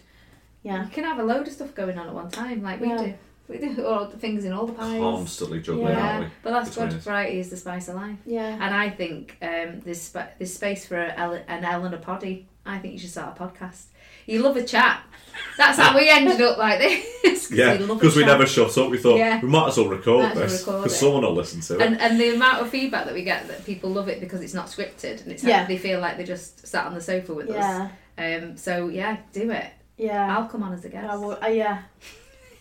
yeah. You can have a load of stuff going on at one time, like Yeah. we do. We do all the things in all the pies. Constantly juggling, Yeah. aren't but that's Between good. us. Variety is the spice of life. Yeah, And I think um, there's, sp- there's space for a Ele- an Eleanor Poddy. I think you should start a podcast. You love a chat. That's how we ended up like this. (laughs) we? Yeah, love a because we chat. never shut up. We thought Yeah. we might as well record Might as well this record because it. someone will listen to it. (laughs) And, and the amount of feedback that we get that people love it because it's not scripted and it's Yeah. they feel like they just sat on the sofa with us. yeah, Um, so yeah, do it. yeah. I'll come on as a guest. I will, (laughs) uh, yeah.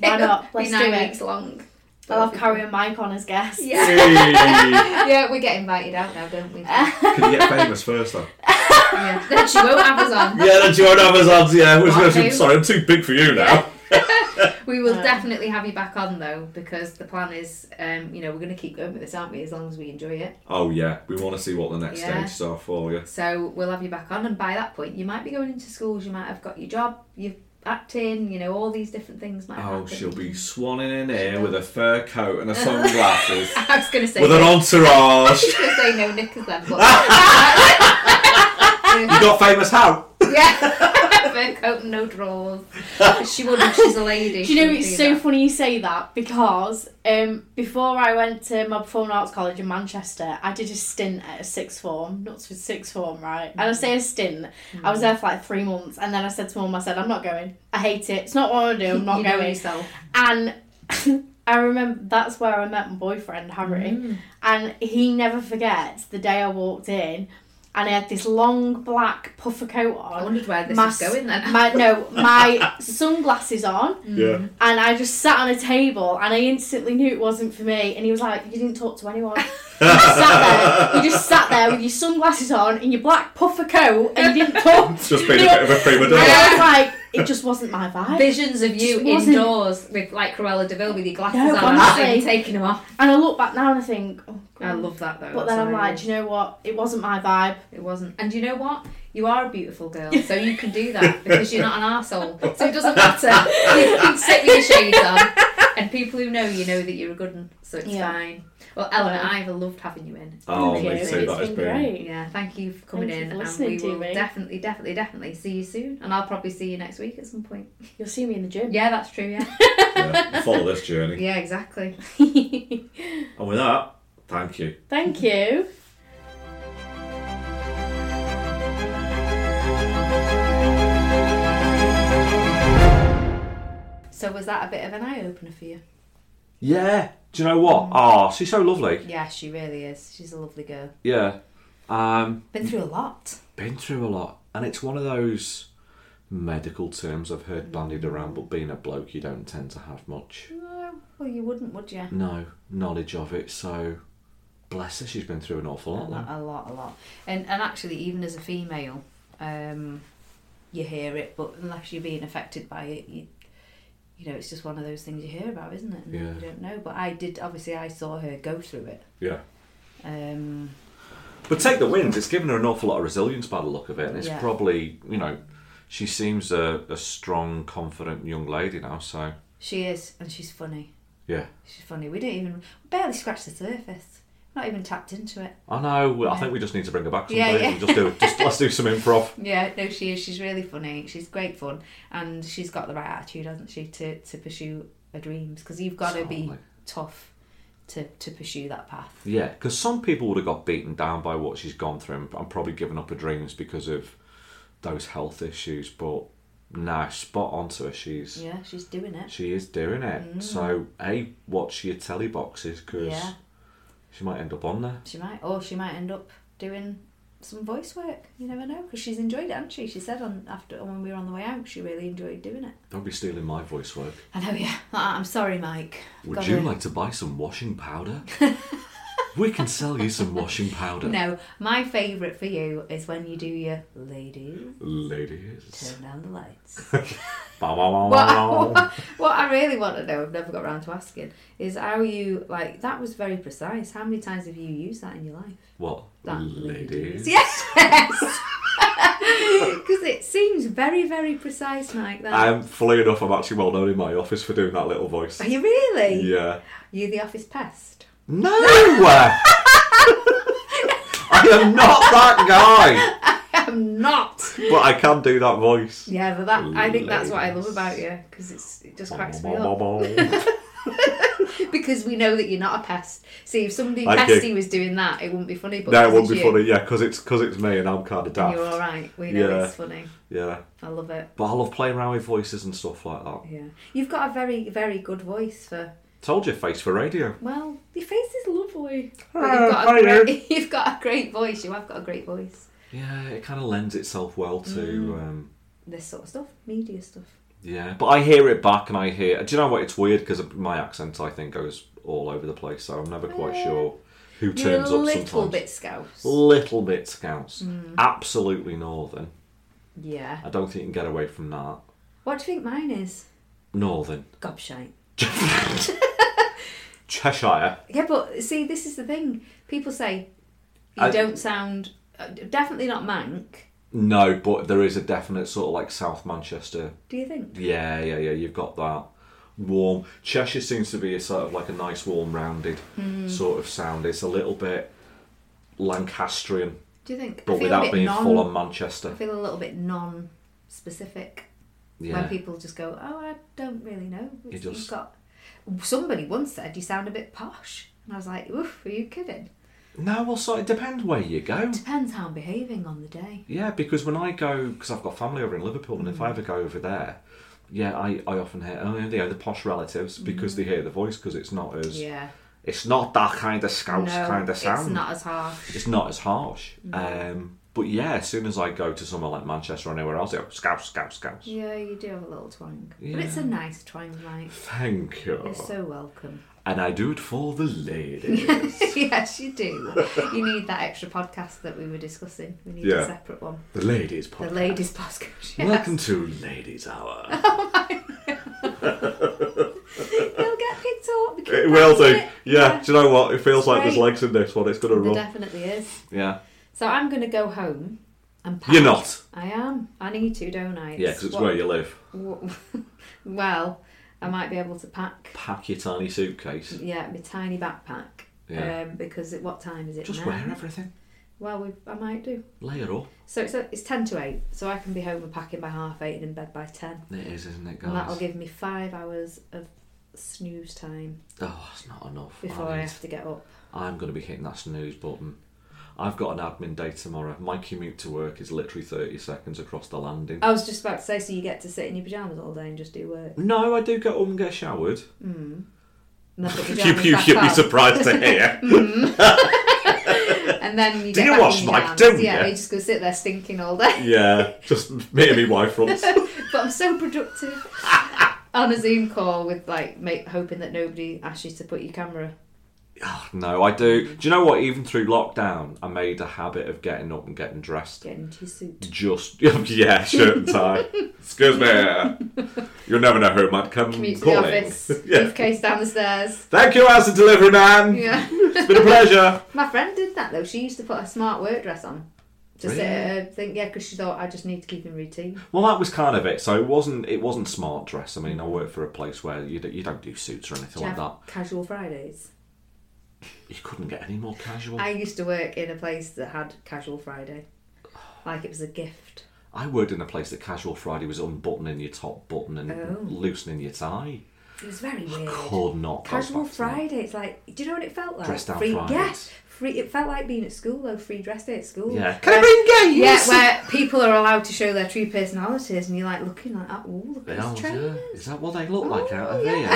Why not? It'll be Let's do nine it. weeks long. I'll have Carrie and Mike on as guests. Yeah, Hey. yeah, we get invited out now, (laughs) don't we? yeah, Can you get famous first (laughs) though? then she won't have us on. Yeah, the Jordan Amazons, yeah. Which Not was, who? sorry, I'm too big for you (laughs) now. We will Um, definitely have you back on though, because the plan is, um, you know, we're going to keep going with this, aren't we? As long as we enjoy it, Oh, yeah, we want to see what the next Yeah. stages are for you. so we'll have you back on. And by that point, you might be going into schools, you might have got your job, you're acting, you know, all these different things might. Oh, happen. she'll (laughs) be swanning in here with a fur coat and a sunglasses, I was going to say. with an (laughs) no. entourage. I was going to say no (laughs) knickers then, but you got famous how? yeah, (laughs) fur coat and no drawers. She would if she's a lady. Do you know she would it's do so that. funny you say that because um, before I went to my performing arts college in Manchester, I did a stint at a sixth form, nuts with sixth form, right? And Mm. I say a stint. I was there for like three months, and then I said to mum, I said, "I'm not going. I hate it. It's not what I want to do. I'm not (laughs) you know going." yourself. And (laughs) I remember that's where I met my boyfriend Harry, Mm. and he never forgets the day I walked in, and I had this long black puffer coat (laughs) I on. wondered where this Mass- is going then. (laughs) My no, my sunglasses on, Mm. Yeah. (laughs) and I just sat on a table and I instantly knew it wasn't for me. And he was like, You didn't talk (laughs) to anyone. You just sat there, you just sat there with your sunglasses on and your black puffer coat and you didn't talk to (laughs) Just being a bit of a prima And donna. I was like, It just (laughs) wasn't my vibe. Visions of you Just wasn't- indoors with like Cruella Deville with your glasses No, on honestly. and honestly. taking them off. And I look back now and I think, Oh, God. I love that though. But then I'm so like, Do you know what? It wasn't my vibe. it wasn't. And you know what? You are a beautiful girl, so you can do (laughs) that because you're not an arsehole. So it doesn't matter. You can sit with your shades on, and people who know you know that you're a good one, so it's Yeah. fine. Well, Eleanor, I've loved having you in. Oh, Thank me you. too, It's that has been been- great. Yeah, thank you for coming Thank you in, for and listening we to will me. definitely, definitely, definitely see you soon. And I'll probably see you next week at some (laughs) point. You'll see me in the gym. Yeah, that's true. Yeah, Yeah, follow this (laughs) journey. yeah, exactly. And with that, thank you. (laughs) Thank you. So was that a bit of an eye opener for you? Yeah. Do you know Mm. what? Ah, she's so lovely. Yeah, she really is. She's a lovely girl. Yeah. Um, Been through a lot. been through a lot, and it's one of those medical terms I've heard bandied around, but being a bloke, you don't tend to have much. No, Uh, well, you wouldn't, would you? No knowledge of it. So, bless her, she's been through an awful A lot. lot, Then. a lot, a lot. And and actually, even as a female, um, you hear it, but unless you're being affected by it, you you know, it's just one of those things you hear about, isn't it? And Yeah. You don't know. But I did. Obviously, I saw her go through it. Yeah. Um, But take the wins. It's given her an awful lot of resilience by the look of it, and it's Yeah. probably you know, she seems a, a strong, confident young lady now. So she is, and she's funny. yeah. She's funny. We didn't even we barely scratched the surface. Not even tapped into it. I know. well, I Yeah. think we just need to bring her back Yeah, someday. yeah. And just do just let's do some improv. Yeah, no, she is. She's really funny. She's great fun, and she's got the right attitude, hasn't she, to to pursue her dreams? Because you've got to be Totally. tough to, to pursue that path. Yeah, because some people would have got beaten down by what she's gone through and, and probably given up her dreams because of those health issues. But nah, spot on to her. She's Yeah, she's doing it. she is doing it. So a watch your telly boxes because Yeah. she might end up on there. She might, or she might end up doing some voice work. You never know, because she's enjoyed it, hasn't she? She said on after when we were on the way out, she really enjoyed doing it. Don't be stealing my voice work. I know, yeah. (laughs) Ah, I'm sorry, Mike. Would Gotta- you like to buy some washing (laughs) powder? we can sell you some washing powder, No, my favourite for you is when you do your ladies ladies. turn down the lights. Bow, wow, wow, what, wow, (laughs) wow. what, what I really want to know, I've never got round to asking, is how you like that was very precise. How many times have you used that in your life? What? That Ladies. Yes. (laughs) Because it seems very, very precise, Mike. That Um, funnily enough, I'm actually well known in my office for doing that little voice. are you really? Yeah. You the office pest? (laughs) No! (laughs) I am not that I'm not. guy! But I can do that voice. Yeah, but that I think that's what I love about you because it's it just cracks me up (laughs) because we know that you're not a pest. See, if somebody Thank pesty you. was doing that, it wouldn't be funny. But no, it because wouldn't be it's you, funny, yeah, because it's, cause it's me and I'm kind of daft. You're all right. We know Yeah. it's funny. Yeah. I love it. But I love playing around with voices and stuff like that. Yeah, you've got a very, very good voice for. Told you, face for radio. Well, your face is lovely. But Ah, Oh, you've, got a hi there. great, (laughs) you've got a great voice. You have got a great voice. Yeah, it kind of lends itself well to. Mm. Um, This sort of stuff, media stuff. yeah, but I hear it back and I hear. Do you know what? It's weird because my accent, I think, goes all over the place, so I'm never quite Yeah. sure who You're a turns up little sometimes. bit scouse. little bit scouse. Hmm. Absolutely northern. Yeah. I don't think you can get away from that. What do you think mine is? Northern. Gobshite. Cheshire. Yeah, but see, this is the thing. People say you I- don't sound uh, definitely not Mank. No, but there is a definite sort of like South Manchester. Do you think? Yeah, yeah, yeah, you've got that. Warm. Cheshire seems to be a sort of like a nice, warm, rounded Hmm. sort of sound. It's a little bit Lancastrian, Do you think? but I feel a without bit being non, full on I Manchester. feel a little bit non-specific when Yeah. people just go, "Oh, I don't really know." It's, It You've just- got somebody once said you sound a bit posh, and I was like, "Oof, are you kidding?" No, well, so it depends where you go. Depends how I'm behaving on the day. Yeah, because when I go, because I've got family over in Liverpool, and if Mm. I ever go over there, yeah, I, I often hear oh yeah, they are the posh relatives because they hear the voice because it's not as Mm. Yeah. it's not that kind of No, scouse kind of sound. it's not Mm. as harsh. It's not as harsh. Um, but yeah, as soon as I go to somewhere like Manchester or anywhere else, I go scouse, scouse, scouse. Yeah, you do have a little twang, but it's a Yeah. Oh. nice twang, Mike. Thank you. You're so welcome. (laughs) and I do it for the ladies. yes, you do. You need that extra podcast that we were discussing. We need a Yeah. separate one. the ladies podcast. The ladies' podcast. Yes. Welcome to Ladies (laughs) Hour. They'll get picked up. we can it will do. practice Yeah, it. do you know what? It feels like there's Great. legs in this one. It's gonna There run. definitely is. yeah, So I'm going to go home and pack. you're not. I am. I need to, don't I? Yeah, because it's what- where you live. what- (laughs) well, I might be able to pack. Pack your tiny suitcase. Yeah, my tiny backpack. Yeah. Um, because at what time is it Just now? wear everything. Well, we, I might do. Layer up. So it's, it's 10 to 8, so I can be home and packing by half 8 and in bed by 10. It is, isn't it, And that'll guys? give me five hours of snooze time Oh, it's not enough. before I I have to get up. am going to be hitting that snooze button. I've got an admin day tomorrow. My commute to work is literally 30 seconds across the landing. I was just about to say, so you get to sit in your pajamas all day and just (laughs) do work. No, I do get up and get showered. And, that's what You, pajamas you that should be fast. surprised to hear. (laughs) and then you Do get you back in wash, your Mike, pajamas. don't yeah, you? just go sit there stinking all day. yeah, just me and me wife runs. but I'm (laughs) so productive on a Zoom call with like make, hoping that nobody asks you to put your camera. Oh, no, I do. Do you know what? Even through lockdown, I made a habit of getting up and getting dressed. Get into your Just suit. (laughs) yeah, shirt and tie. Excuse me. uh, You'll never know who might come Commute to the Mm, calling. office. (laughs) yeah. Briefcase down the stairs. Thank you, as a delivery man. Yeah. It's been a pleasure. My friend did that though. She used to put a smart work dress on. To sit Really? at her thing, yeah, because she thought I just need to keep in routine. Well, that was kind of it. So it wasn't it wasn't smart dress. I mean, I work for a place where you don't, you don't do suits or anything Do you like that. have casual Fridays. You couldn't get any more casual. I I, used to work in a place that had casual Friday, like it was a gift. worked in a place that casual Friday was unbuttoning your top button and Oh. loosening your tie. It was very weird. Could not. go Casual back to that. Friday. It's like, do you know what it felt like? Dress down free, Fridays. Yes, free. It felt like being at school though. Free dress day at school. Yeah. Can I bring Yeah, games? where People are allowed to show their true personalities, and you're like looking like that. Ooh, look They at are, this yeah. train. Is that what they look like out Oh, of here?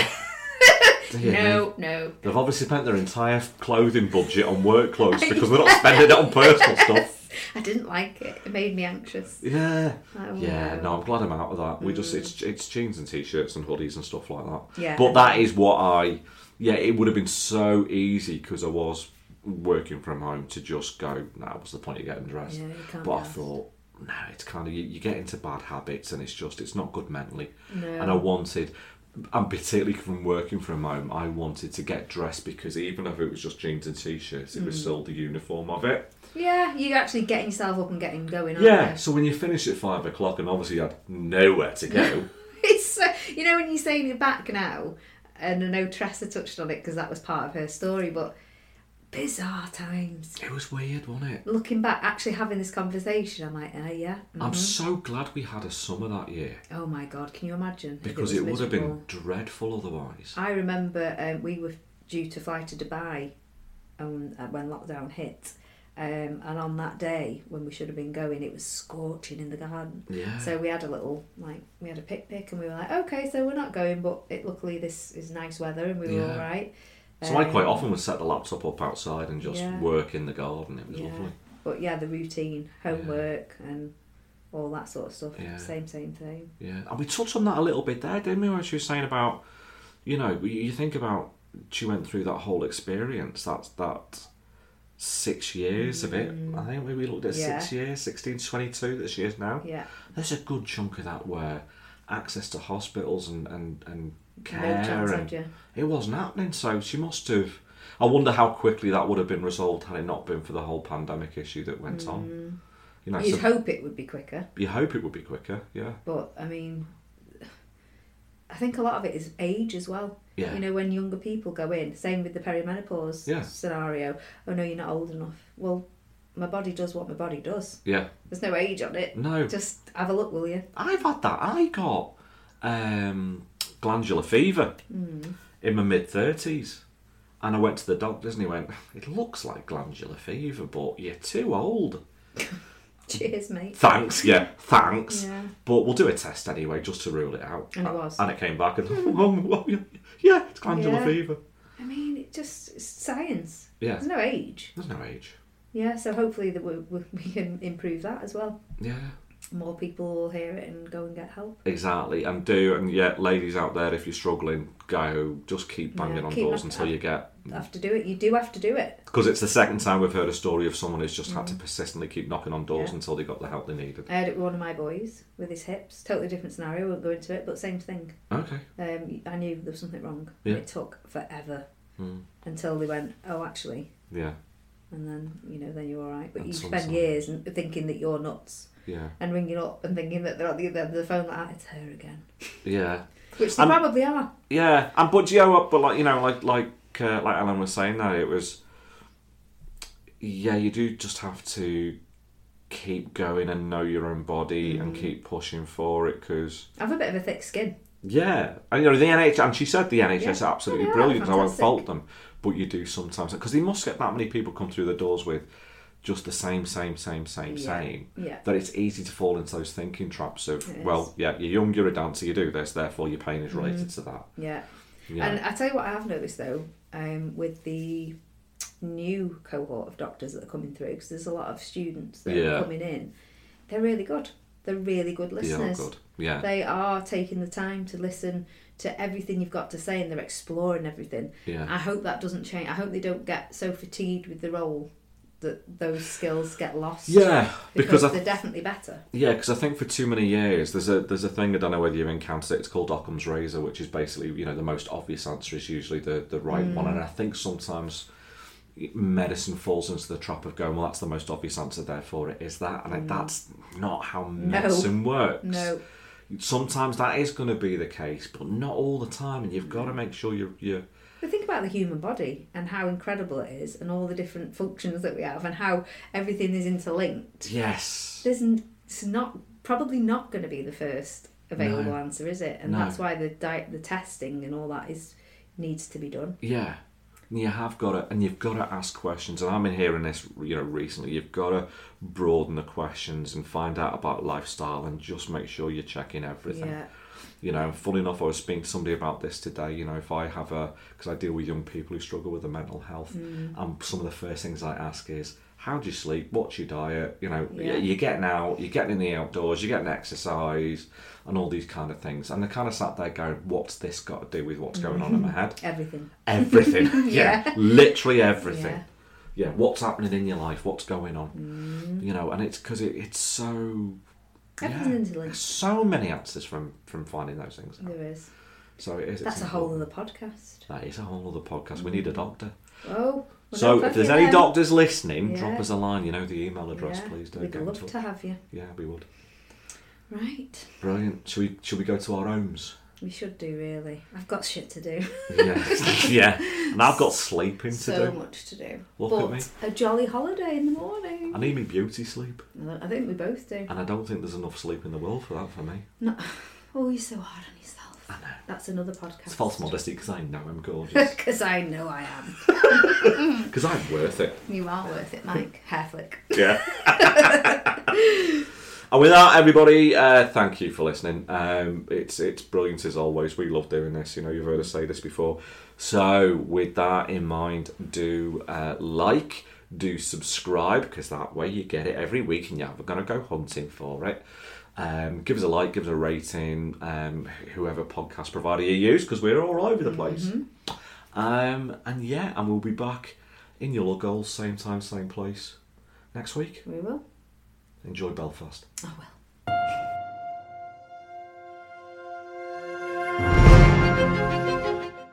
Dear me. no, no. They've obviously spent their entire clothing budget on work (laughs) clothes because they're not spending it on personal stuff. I didn't like it. It made me anxious. Yeah. Oh, Yeah, no. no, I'm glad I'm out of that. We just it's it's jeans and t-shirts and hoodies and stuff like that. Mm. Yeah. But that is what I. Yeah, it would have been so easy because I was working from home to just go. Nah, what's the point of getting dressed? Yeah, you can't but I be arsed. thought, no, it's kind of you, you get into bad habits and it's just it's not good mentally. No. And I wanted. And particularly from working from home, I wanted to get dressed because even if it was just jeans and t-shirts, it Mm. was still the uniform of it. Yeah, you're actually getting yourself up and getting going. aren't Yeah. you? (laughs) So when you finish at five o'clock, and obviously you had nowhere to go, (laughs) It's so, you know when you say you're back now, and I know Tressa touched on it because that was part of her story, but bizarre times. It was weird, wasn't it? Looking back, actually having this conversation, I'm like, oh yeah. mm. I'm so glad we had a summer that year Oh my god, can you imagine? if because was it, would have been miserable? dreadful otherwise. I remember um, we were due to fly to Dubai, um, uh, when lockdown hit. Um, and on that day when we should have been going, it was scorching in the garden. Yeah. So we had a little like we had a pick pick and we were like, okay, so we're not going, but it, luckily this is nice weather and we were Yeah. all right. So I Um, quite often would set the laptop up outside and just Yeah. work in the garden. It was Yeah. lovely. But yeah, the routine, homework, and all that sort of stuff. Yeah. Same, same thing. Yeah. And we touched on that a little bit there, didn't we? When she was saying about, you know, you you think about she went through that whole experience. That's that six years of it. I Mm. think we- we looked at six years, 16, 22 that she is now. Yeah. There's a good chunk of that where access to hospitals and and and care chance, and had you? it wasn't happening. So she must have. I wonder how quickly that would have been resolved had it not been for the whole pandemic issue that went on. You know, Mm. You'd so hope it would be quicker, you hope it would be quicker. Yeah, but I mean, I think a lot of it is age as well. Yeah. You know, when younger people go in, same with the perimenopause Yeah. scenario. Oh no, you're not old enough. Well, my body does what my body does. yeah. There's no age on it. No, Just have a look, will you? I've had that. I got um, glandular fever in my mid thirties, and I went to the doctor and he went, "It looks like glandular fever, but you're too old." (laughs) Cheers, mate. Thanks, yeah, thanks. Yeah. But we'll do a test anyway just to rule it out. And it was. Hmm. And it came back and, oh, well, yeah, yeah, it's glandular Yeah. fever. I mean, it just it's science. Yeah, There's no age. there's no age. Yeah, so hopefully that we, we, we can improve that as well. Yeah, More people will hear it and go and get help. exactly. And do, and yeah, ladies out there, if you're struggling, go, just keep banging Yeah, on keep doors knocking. until you get. Have to do it. You do have to do it. Because it's the second time we've heard a story of someone who's just had to persistently keep knocking on doors Yeah. until they got the help they needed. I had it with one of my boys with his hips. Totally different scenario. Won't go into it, but same thing. Okay. Um, I knew there was something wrong. Yeah. It took forever Mm. until they went, "Oh, actually," Yeah, and then you know, then you're all right. But That's you what I'm spend saying. years and thinking that you're nuts yeah, and ringing up and thinking that they're at the other end of the phone like, "Ah, "It's her again," yeah. which they And- probably are. Yeah, and but you know what? But like you know, like like uh, like Alan was saying, that it was. Yeah, you do just have to keep going and know your own body and keep pushing for it because I have a bit of a thick skin. yeah, and you know the NHS and she said the NHS Yeah. Oh, are absolutely Yeah, brilliant. I won't fantastic. fault them, but you do sometimes because they must get that many people come through the doors with just the same, same, same, same, Yeah. same. Yeah. That it's easy to fall into those thinking traps of It well, yeah, you're young, you're a dancer, you do this, therefore your pain is related to that. Yeah. Yeah. And I tell you what, I have noticed though, um, with the new cohort of doctors that are coming through, because there's a lot of students that Yeah. are coming in, they're really good. They're really good They are listeners. good. Yeah. They are taking the time to listen to everything you've got to say and they're exploring everything. Yeah. I hope that doesn't change. I hope they don't get so fatigued with the role that those skills get lost. Yeah, Because, because I they're definitely better. yeah, because I think for too many years there's a there's a thing I don't know whether you've encountered it. It's called Occam's razor, which is basically you know the most obvious answer is usually the the right one, and I think sometimes medicine falls into the trap of going well that's the most obvious answer therefore it is that and I- that's not how medicine works No. sometimes that is going to be the case but not all the time and you've got to make sure you're, you're But think about the human body and how incredible it is, and all the different functions that we have, and how everything is interlinked. yes There's n- it's not probably not going to be the first available answer, is it? And No. that's why the diet, the testing, and all that is needs to be done. Yeah. And you have got to, and you've got to ask questions. And I've been hearing this, you know, recently. You've got to broaden the questions and find out about lifestyle, and just make sure you're checking everything. Yeah, You know, funny enough, I was speaking to somebody about this today. You know, if I have a, because I deal with young people who struggle with their mental health, Mm. and some of the first things I ask is, how do you sleep? What's your diet? You know, Yeah. you're getting out, you're getting in the outdoors, you're getting exercise, and all these kind of things. And they kind of sat there going, what's this got to do with Mm. what's going on in my head? everything. (laughs) everything. yeah. literally everything. Yeah. Yeah. what's happening in your life? What's going on? Mm. You know, and it's because it, it's so. Everything's interlinked. There's so many answers from from finding those things. Out. There is. So it is. That's it's a whole important. other Mm. podcast. That is a whole other podcast. We need a doctor. Oh. we're so not if there's fucking them. any doctors listening, drop Yeah. us a line. You know the email address, Yeah, please. Don't We'd get in love touch. to have you. Yeah, we would. Right. Brilliant. Should we should we go to our homes? We should do really. I've got shit to do. (laughs) yeah, yeah. And I've got sleeping to so do. much to do. Look but at me. a jolly holiday in the morning. I need me beauty sleep, I think we both do. and I don't think there's enough sleep in the world for that for me. Oh, you're so hard on yourself. I know. That's another podcast. It's (laughs) false modesty because I know I'm gorgeous. (laughs) Because I know I am. Because I'm worth it. You are worth it, Mike. Hair flick. Yeah. (laughs) and with that, everybody, uh, thank you for listening. Um, it's it's brilliant as always. We love doing this. You know, you've heard us say this before. So, with that in mind, do uh, like, do subscribe, because that way you get it every week, and you're never going to go hunting for it. Um, give us a like, give us a rating, um, whoever podcast provider you use, because we're all over the place. Um, and yeah, and we'll be back in your log goals, same time, same place next week. We will. Enjoy Belfast. Oh, well.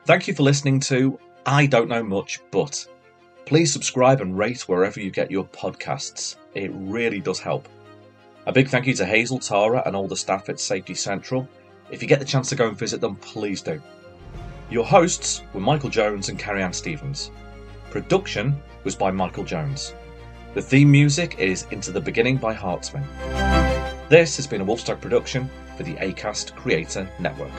Thank you for listening to I Don't Know Much But. Please subscribe and rate wherever you get your podcasts. It really does help. A big thank you to Hazel, Tara, and all the staff at Safety Central. If you get the chance to go and visit them, please do. Your hosts were Michael Jones and Carrie Ann Stevens. Production was by Michael Jones. The theme music is Into the Beginning by Hartsman. This has been a Wolfstag production for the ACAST Creator Network.